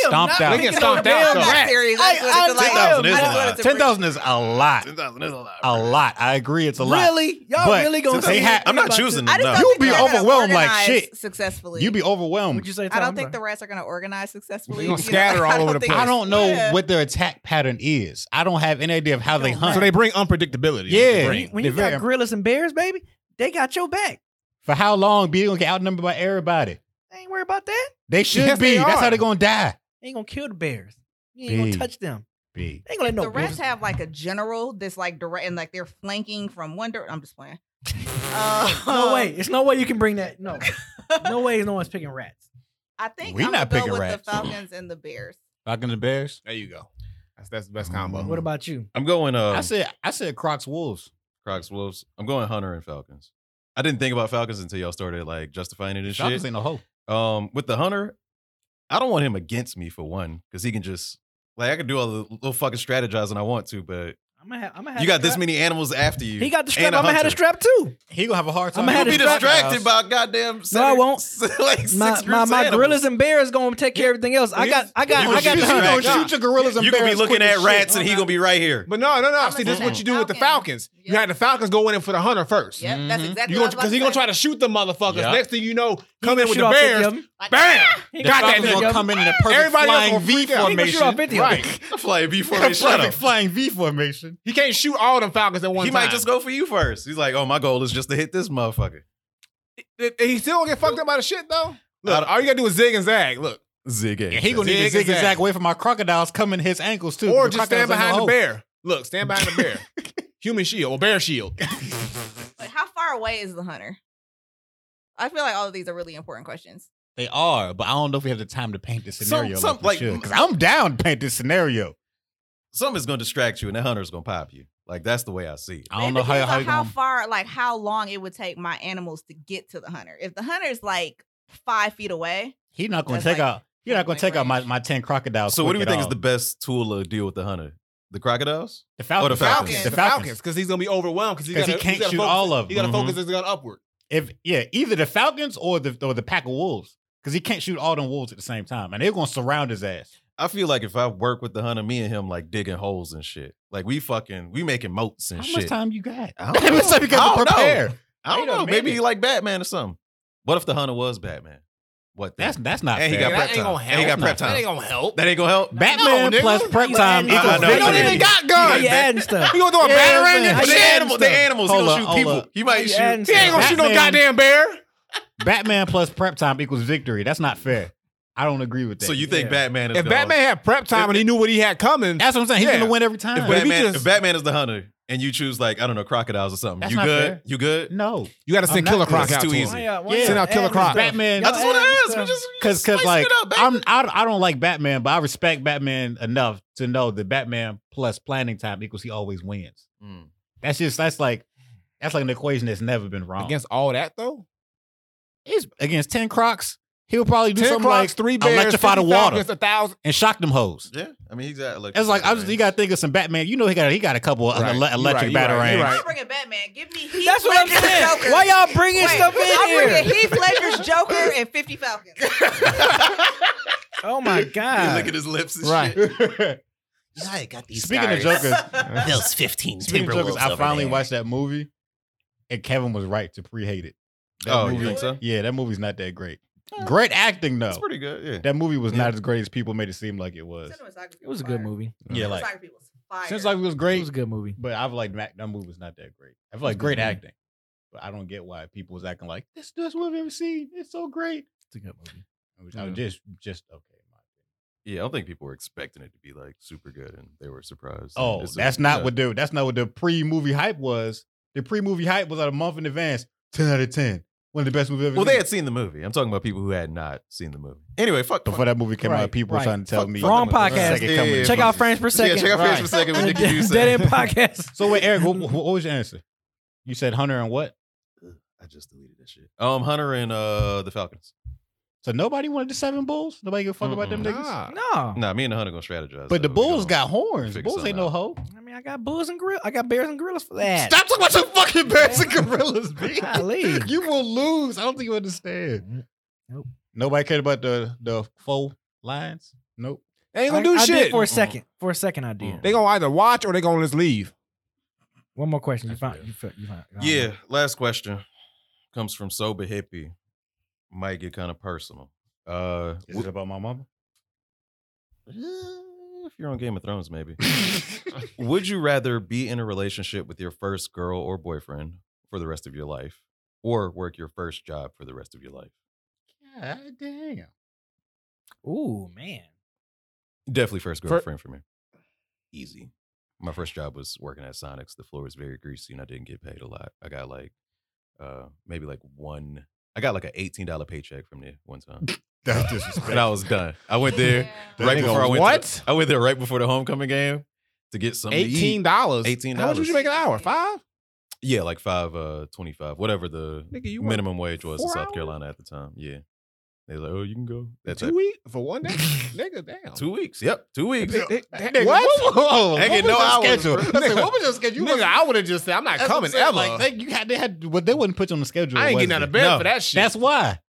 not stomped out. They get picking stomped on them. out, though. I'm not serious. I- I, just I- wanted 10,000 is a to, like, I just wanted lot. to Ten bring- thousand is a lot. 10,000 is a lot. A lot. I agree. It's a lot. Really? Y'all But really gonna? since they say had- I'm not about choosing this? I them. just No. don't You'll think be they're gonna overwhelmed like organize shit. Successfully, You'd be Would overwhelmed. you say? I don't Tyler? think the rats are gonna organize successfully. They gonna You know, scatter I all don't over the think- place. I don't know Yeah. what their attack pattern is. I don't have any idea of how they Don't hunt. So they bring unpredictability. Yeah. When They you, bring. when you They're got very- gorillas and bears, baby, they got your back. For how long? Be they gonna get outnumbered by everybody. They ain't worried about that. They should Yes, be. they That's how are. they're gonna die. They ain't gonna kill the bears. You ain't Big. gonna touch them. B. They ain't gonna let no the rats bears- have like a general that's like direct and like they're flanking from one direction. I'm just playing. Uh, No way. It's no way you can bring that. No. no way. No one's picking rats. I think We I'm not gonna picking go with rats. the Falcons and the Bears. Falcons and Bears. There you go. That's that's the best combo. Oh. What about you? I'm going uh, I said I said Crocs Wolves. Crocs, Wolves. I'm going Hunter and Falcons. I didn't think about Falcons until y'all started like justifying it and Falcons shit. ain't no hoe. Um, with the Hunter, I don't want him against me for one, because he can just like I can do all the little fucking strategizing I want to, but I'm gonna have. I'm gonna have You got the this strap. many animals after you. He got the strap. and a I'm gonna have the strap hunter. too. He gonna have a hard time. I'ma have You'll be the strap. distracted by goddamn. seven- won't. like six My groups my, of my animals. gorillas and bears gonna take care of everything else. I got I got I got You the shoot- gonna strap. shoot your gorillas and You gonna be bears looking quick as at shit. rats, and he gonna be right here. But no, no, no. I'm See, this is listening. what you do with the Falcons. Falcons. You had the Falcons go in for the hunter first. Yep, that's Mhm. exactly You what gonna because he gonna try to shoot the motherfuckers. Yeah. Next thing you know, come He in with shoot the off 50 bears. of 'em. Like, ah! Bam! He The gonna shoot Got that off Falcons nigga. gonna of 'em. come in in a perfect Everybody else flying gonna V freak out. He gonna shoot off formation. fifty of 'em. Right. I'm flying B Perfect formation. Shut up. flying V formation. He can't shoot all them Falcons at one He time. might just go for you first. He's like, oh, my goal is just to hit this motherfucker. Did- did He still gonna get fucked up by the shit though. I Look, don't- all you gotta do is zig and zag. Look, Zig And he gonna need to Zig-zag. zigzag away from my crocodiles coming his ankles too. or The just stand crocodiles in behind the hole. bear. Look, stand behind the bear. Human shield or bear shield. Like, how far away is the hunter? I feel like all of these are really important questions. They are, but I don't know if we have the time to paint this Some- scenario. some- like, we like- should, 'cause I'm down to paint this scenario. Something's gonna distract you, and the hunter's gonna pop you. Like that's the way I see it. I don't It know how depends how, on you how gonna, far, like how long it would take my animals to get to the hunter. If the hunter's like five feet away, he's not going to That's take like- out. You're not going like to take out my, range. my ten crocodiles. So, what do quick we at think is all. the best tool to deal with the hunter? The crocodiles? the Falcons? or the Falcons? The Falcons, Falcons. because he's gonna be overwhelmed because 'Cause he can't shoot all of He gotta them. focus his gun upward. If yeah, either the Falcons or the or the pack of wolves, because he can't shoot all them wolves at the same time, and they're going to surround his ass. I feel like if I work with the hunter, me and him like digging holes and shit. Like we fucking we making moats and How shit. much time you got? I don't How much time I you got to don't know. prepare? I don't Wait a know. Maybe minute. he like Batman or something. What if the hunter was Batman? What then? That's that's not And he fair. got prep that ain't time. gonna And he got help. prep time. That ain't gonna help. that ain't gonna help. Batman No, nigga. plus prep You adding time I- I equals They know. They victory. don't even got guns. He adding stuff. You gonna throw a Yeah, battering man. at How the you The shit? animals, the animals. He Hold gonna up, shoot hold people. up. He How might you shoot. adding He ain't gonna shoot no Batman. goddamn bear. Batman plus prep time equals victory. That's not fair. I don't agree with that. So you think Yeah. Batman is If gonna- Batman had prep time and he knew what he had coming, That's what I'm saying. He's Yeah. gonna win every time. If But if he Batman, just- if Batman is the hunter and you choose like I don't know crocodiles or something, That's you not good? fair. You good? no, you gotta I'm send not Killer doing Croc this. out It's too to him. easy. yeah, why Yeah. y'all Send out Killer adding Croc. stuff? Batman. Y'all I just want adding to ask. stuff. We just because because spicing like it up, baby. I'm I, I don't like Batman, but I respect Batman enough to know that Batman plus planning time equals he always wins. Mm. That's just that's like that's like an equation that's never been wrong. Against all that though, It's- against ten Crocs, he'll probably do ten something like Crocs, three bears, electrify the 50 water. Falcons, a thousand. and shock them hoes. Yeah, I mean he's got like It's like I just you gotta think of some Batman. You know he got he got a couple of Right. ele- You're right, electric you're right, you're batarangs. right. I'm bringing Batman. Give me Heath That's what I'm Ledger's Joker. saying. Why y'all bringing Wait, stuff in I'm here? bringing Heath Ledger's Joker and 50 Falcons. Oh my You look god! at his lips and Right. shit. Speaking of Jokers, Those 15 speaking of Jokers, Timberwolves I over finally there. watched that movie, and Kevin was right to pre-hate it. That Oh, you movie- think so? Yeah, that movie's not that great. Great acting though. It's pretty good. Yeah. That movie was Yeah. not as great as people made it seem like it was. It was a good movie. Yeah, like Cinematography was fire. since like it was It great, was a good movie. but I've like that that movie was not that great. I feel like great acting, but I don't get why people was acting like this. This what I've ever seen. It's so great. It's a good movie. I was, I was Yeah. just just okay. Yeah, I don't think people were expecting it to be like super good, and they were surprised. Oh, It's a- that's not yeah. what the that's not what the pre movie hype was. The pre movie hype was like a month in advance. Ten out of ten. One of the best movies I've ever. Well, they seen. had seen the movie. I'm talking about people who had not seen the movie. Anyway, fuck. fuck- before that movie came Right, out. People right. were trying to tell fuck- me fuck Wrong that movie. podcast. Second coming. Check out frames per Yeah, second. check out Right. frames per second with Nick Hughes. Dead End Podcast. So wait, Eric, what, what was your answer? You said Hunter and what? I just deleted that shit. Um, Hunter and uh the Falcons. So nobody wanted the seven bulls. Nobody give a fuck about them Mm-mm. niggas. Nah. No, Nah, me and the Hunter gonna strategize. But the though. We bulls gonna- got horns. figure Bulls something ain't no out. hoe. I mean I got bulls and grill. I got bears and gorillas for that. Stop talking about your fucking bears and gorillas, B. Golly. you will lose. I don't think you understand. Nope. Nobody cared about the the four lions. Nope. They ain't I, gonna do I shit. Mm. Did for a second. For a second, I did. They gonna either watch or they gonna just leave. One more question. You That's found. real. You found. You found Yeah. Last question comes from sober hippie. Might get kind of personal. Uh, Is it about my mama? if you're on Game of Thrones, maybe. Would you rather be in a relationship with your first girl or boyfriend for the rest of your life, or work your first job for the rest of your life? God damn. Ooh Oh, man. Definitely first Fir- girlfriend for me. Easy. My first job was working at Sonics. The floor was very greasy and I didn't get paid a lot. I got like uh maybe like one I got like an eighteen dollar paycheck from there one time. That's disrespectful. and I was done. I went there That right nigga before I went what? To, I went there right before the homecoming game to get something to eat. Eighteen dollars. $18. How much would you make an hour? Five. Yeah, like five uh twenty five, whatever the Nigga, you work minimum wage was in four South hours? Carolina at the time. Yeah. They're like, oh, you can go. That's Two it. weeks for one day, nigga. Damn. Two weeks. Yep, two weeks. They- they- That they- nigga, What? Whoa, whoa, whoa, They get what was no your hours, schedule? bro. I said, what was your schedule? You Nigga, wasn't- I would have just said, I'm not That's what I'm coming saying, ever. Like, they, you had, they had, but they wouldn't put you on the schedule. I ain't getting Wednesday. out of bed No, for that shit. That's why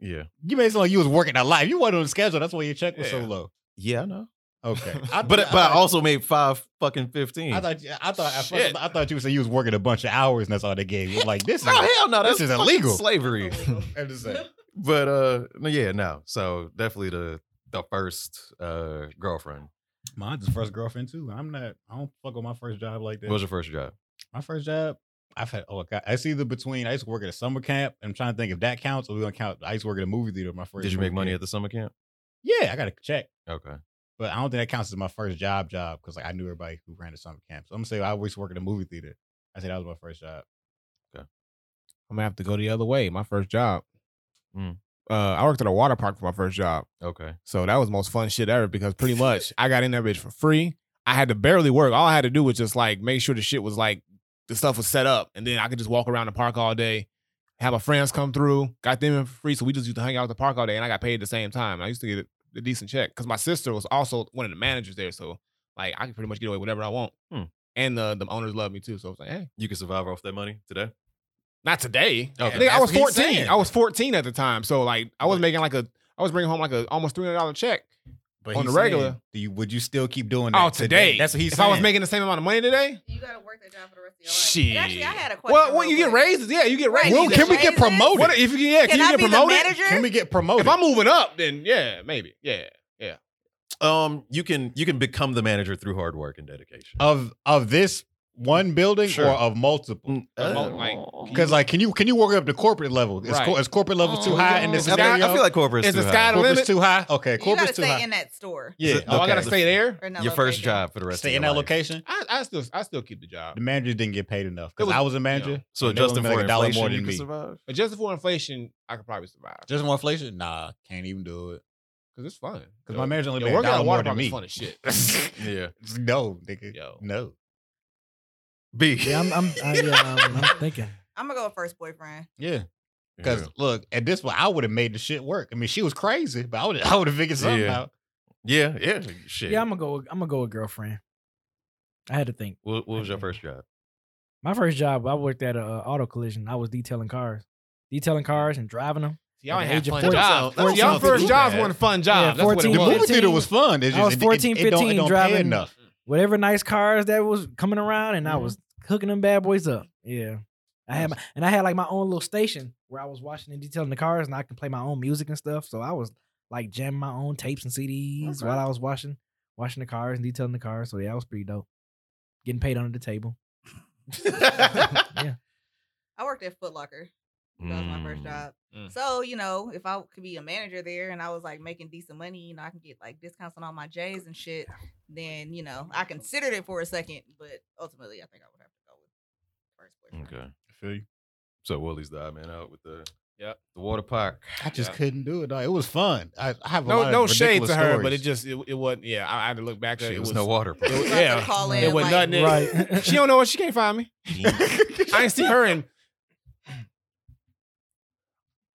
Yeah, you made it sound like you was working a lot. You weren't on the schedule. That's why your check was so Yeah. low. yeah, I know. Okay, I, But but I, I also made five fucking fifteen. I thought you- I thought I, Shit. thought I thought you said you was working a bunch of hours and that's all they gave you. Like this, is no, hell no, this that's is fucking illegal. slavery. I'm just saying. but uh, no, yeah, no. So definitely the the first uh girlfriend. Mine's his first girlfriend too. I'm not. I don't fuck with my first job like that. What was your first job? my first job, I've had oh god, it's either between I used to work at a summer camp. I'm trying to think if that counts or we gonna count. I used to work at a movie theater. My first. Did you make movie money at theater. the summer camp? yeah, I got to check, Okay. but I don't think that counts as my first job job because like I knew everybody who ran the summer camp. So I'm gonna say I used to work at a movie theater. I say that was my first job. I'm gonna have to go the other way. My first job. Mm. Uh, I worked at a water park for my first job. Okay. So that was the most fun shit ever because pretty much I got in that bitch for free. I had to barely work. All I had to do was just like make sure the shit was like the stuff was set up, and then I could just walk around the park all day. Have my friends come through, got them in for free, so we just used to hang out at the park all day, and I got paid at the same time. I used to get a, a decent check because my sister was also one of the managers there, so like I could pretty much get away with whatever I want. Hmm. And the the owners love me too, so I was like, hey, You can survive off that money today. not today. Okay. Nigga, I That's was what he's 14. saying. I was 14 at the time. So like I was making like a I was bringing home like a almost $300 check. But On he's the regular. saying, do you would you still keep doing that? Oh, today. That's what he's If saying. I was making the same amount of money today, You gotta work that job for the rest of your life. Shit. And actually, I had a question. well, what real you get quick. raises? Yeah, you get Right, raises. Well, you can we get get promoted? What if you yeah, Can can, I you be get the promoted? manager? Can we get promoted? If I'm moving up, then yeah, maybe. Yeah. Um, you can you can become the manager through hard work and dedication. of of this one building Sure. or of multiple? Mm, But mo- uh, like Because like, can you can you work up to corporate level? Is, co- Right. is corporate level too Oh, high in I this feel- scenario? I feel like corporate is Is too the high. sky the corporate's limit? too high. Okay, You gotta corporate's too stay high. in that store. Yeah, So- Oh, I gotta okay. stay there. Or in that Your first location. job for the rest Stay of in your that life. location. I, I still I still keep the job. The managers didn't get paid enough It because was- I was a manager. yeah. So and they was adjusting making for a dollar inflation, more you than can me. survive. Adjusted for inflation, I could probably survive. Just more inflation? Nah, can't even do it. Cause it's fun. Because my manager only Yo, made a working at dollar a more water than park is me. fun as shit. Yeah. no, nigga. Yo. No. B. Yeah, I'm. I'm I, yeah, I'm, I'm thinking. I'm gonna go with first boyfriend. Yeah. Because look, at this point, I would have made the shit work. I mean, she was crazy, but I would I would have figured something Yeah. out. yeah, yeah, yeah, shit. Yeah, I'm gonna go. with- I'm gonna go with girlfriend. I had to think. what, what was your first job? My first job, I worked at a uh, auto collision. I was detailing cars, detailing cars and driving them. Y'all At ain't the age had of fun 14. jobs. That don't Y'all sound too first jobs bad. weren't fun jobs. Yeah, That's what it 14 The movie was. theater was fun. It's I was just, 14, it, it, don't, it 15, don't pay driving. enough. Whatever nice cars that was coming around, and I Mhm. was hooking them bad boys up. Yeah, I had my, and I had like my own little station where I was watching and detailing the cars, and I can play my own music and stuff. So I was like jamming my own tapes and CDs Okay. while I was washing, washing the cars and detailing the cars. So yeah, I was pretty dope. Getting paid under the table. I worked at Foot Locker. That was my first Mm. job. Mm. So, you know, if I could be a manager there and I was like making decent money, you know, I can get like discounts on all my J's and shit, then, you know, I considered it for a second, but ultimately I think I would have to go with first Okay. boyfriend. Feel you? So Willie's the odd man out with the Yep. the water park. I just Yeah. couldn't do it. Dog. It was fun. I, I have a lot No, of no shade to ridiculous her, but stories. it just it, it wasn't. Yeah, I, I had to look back at it. She It was, no water park. it was- You have to yeah, call it in, wasn't like, nothing. Right. she don't know what she can't find me. I ain't see her in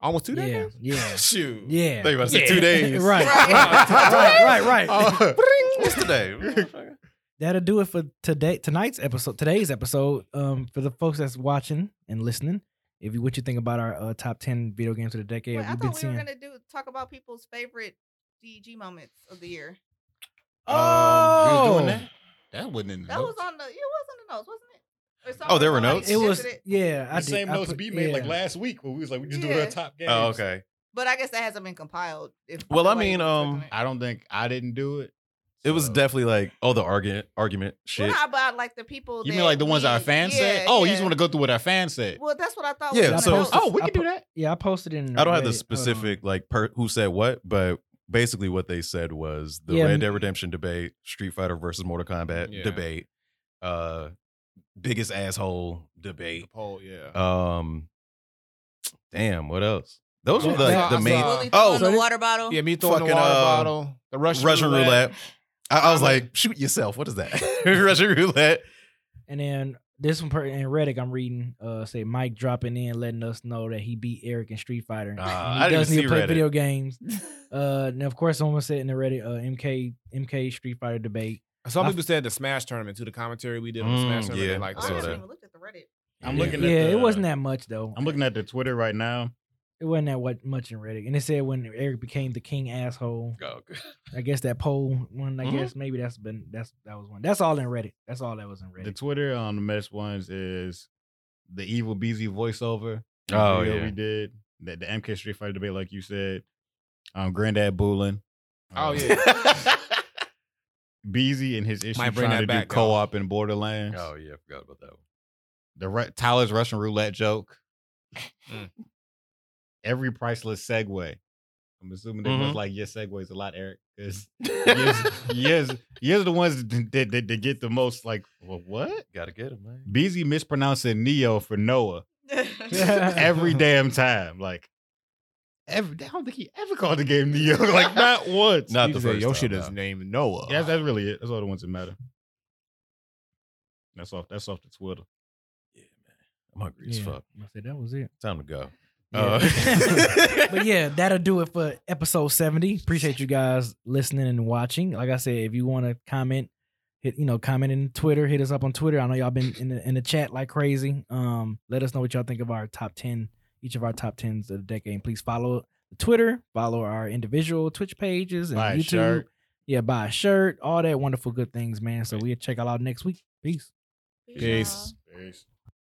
almost two yeah, days. yeah, Shoot. yeah. They must say Yeah. two days. right, Right. right, right, right, right. Oh. What's today? That'll do it for today, tonight's episode, today's episode. Um, for the folks that's watching and listening, if you what you think about our uh, top ten video games of the decade, Wait, I we've thought been we seeing. were gonna do talk about people's favorite DG moments of the year. Um, we oh, was doing that? That wasn't in the That was notes. on the it was on the notes, wasn't it? Or Oh, there someone- were somebody notes? it was suggested it, yeah. I the same did, I notes put- B made like yeah. last week when we was like we just doing Yeah. our top games. Oh, okay. but I guess that hasn't been compiled. If Well, I nobody mean, was um, expecting it. I ah, don't think I didn't do it. It was so- definitely like oh the argument argument shit. Well, not about like the people. You that mean like the ones our we- fans said? yeah, Oh, yeah. you just want to go through what our fans said. Well, that's what I thought. Yeah, was so- on the notes. Oh, we I can put- do that. Yeah, I posted it. In I don't have Reddit. the Hold on. specific like per, who said what, but basically what they said was the Yeah, Red m- Dead Redemption debate, Street Fighter versus Mortal Kombat Yeah. debate, uh, biggest asshole debate. Oh yeah. Um, damn, what else? Those were I the, saw- the I main saw- Willie Oh, throwing so the this- water bottle. yeah, me throwing the fucking, water uh, bottle, the Russian, Russian roulette. I, I was Um, like, shoot yourself. What is that? Russian roulette. And then this one per- in Reddick, I'm reading uh say Mike dropping in, letting us know that he beat Eric in Street Fighter. And Uh, I he didn't does even need see to play Reddit. video games. Uh, and of course, someone said in the Reddit, uh, MK MK Street Fighter debate. Some I- people said the Smash tournament too. The commentary we did on the Mm, Smash tournament, yeah, they like I I saw that. haven't that. even looked at the Reddit. I'm Yeah. looking at Yeah, the, it wasn't that much though. I'm looking at the Twitter right now. it wasn't that what much in Reddit, and it said when Eric became the king asshole. I guess that poll one. I Mhm. guess maybe that's been that's that was one. That's all in Reddit. That's all that was in The Reddit. Twitter on the mess ones is the evil BZ voiceover. Oh, video yeah. we did the, the MK Street Fighter debate, like you said. Um, Granddad Boolin. Oh, um, yeah. BZ and his issue Might bring trying to that back, do y'all. co-op in Borderlands. oh yeah, I forgot about that one. The Ru- Tyler's Russian roulette joke. Mm. Every priceless segue. I'm assuming they Mhm. Mm-hmm. must like your segues a lot, Eric, because Oh, yours, yours, yours are the ones that, that, that, that get the most. Like, well, what? Gotta get him, man. BZ mispronouncing Neo for Noah every damn time. Like, every, I don't think he ever called the game Neo. Like, not once. Not You the said first Your time, shit no. is named Noah. That's, that's really it. That's all the ones that matter. That's off. That's off the Twitter. Yeah, man. I'm hungry as Yeah, fuck. I said that was it. Time to go. Yeah. Uh, but yeah, that'll do it for episode 70. Appreciate you guys listening and watching. Like I said, if you want to comment, hit you know, comment in Twitter, hit us up on Twitter. I know y'all been in the in the chat like crazy. Um, let us know what y'all think of our top 10, each of our top 10s of the decade. And please follow Twitter, follow our individual Twitch pages and Buy a YouTube. shirt. Yeah, buy a shirt, all that wonderful good things, man. So we'll check y'all out next week. Peace. Peace. Peace.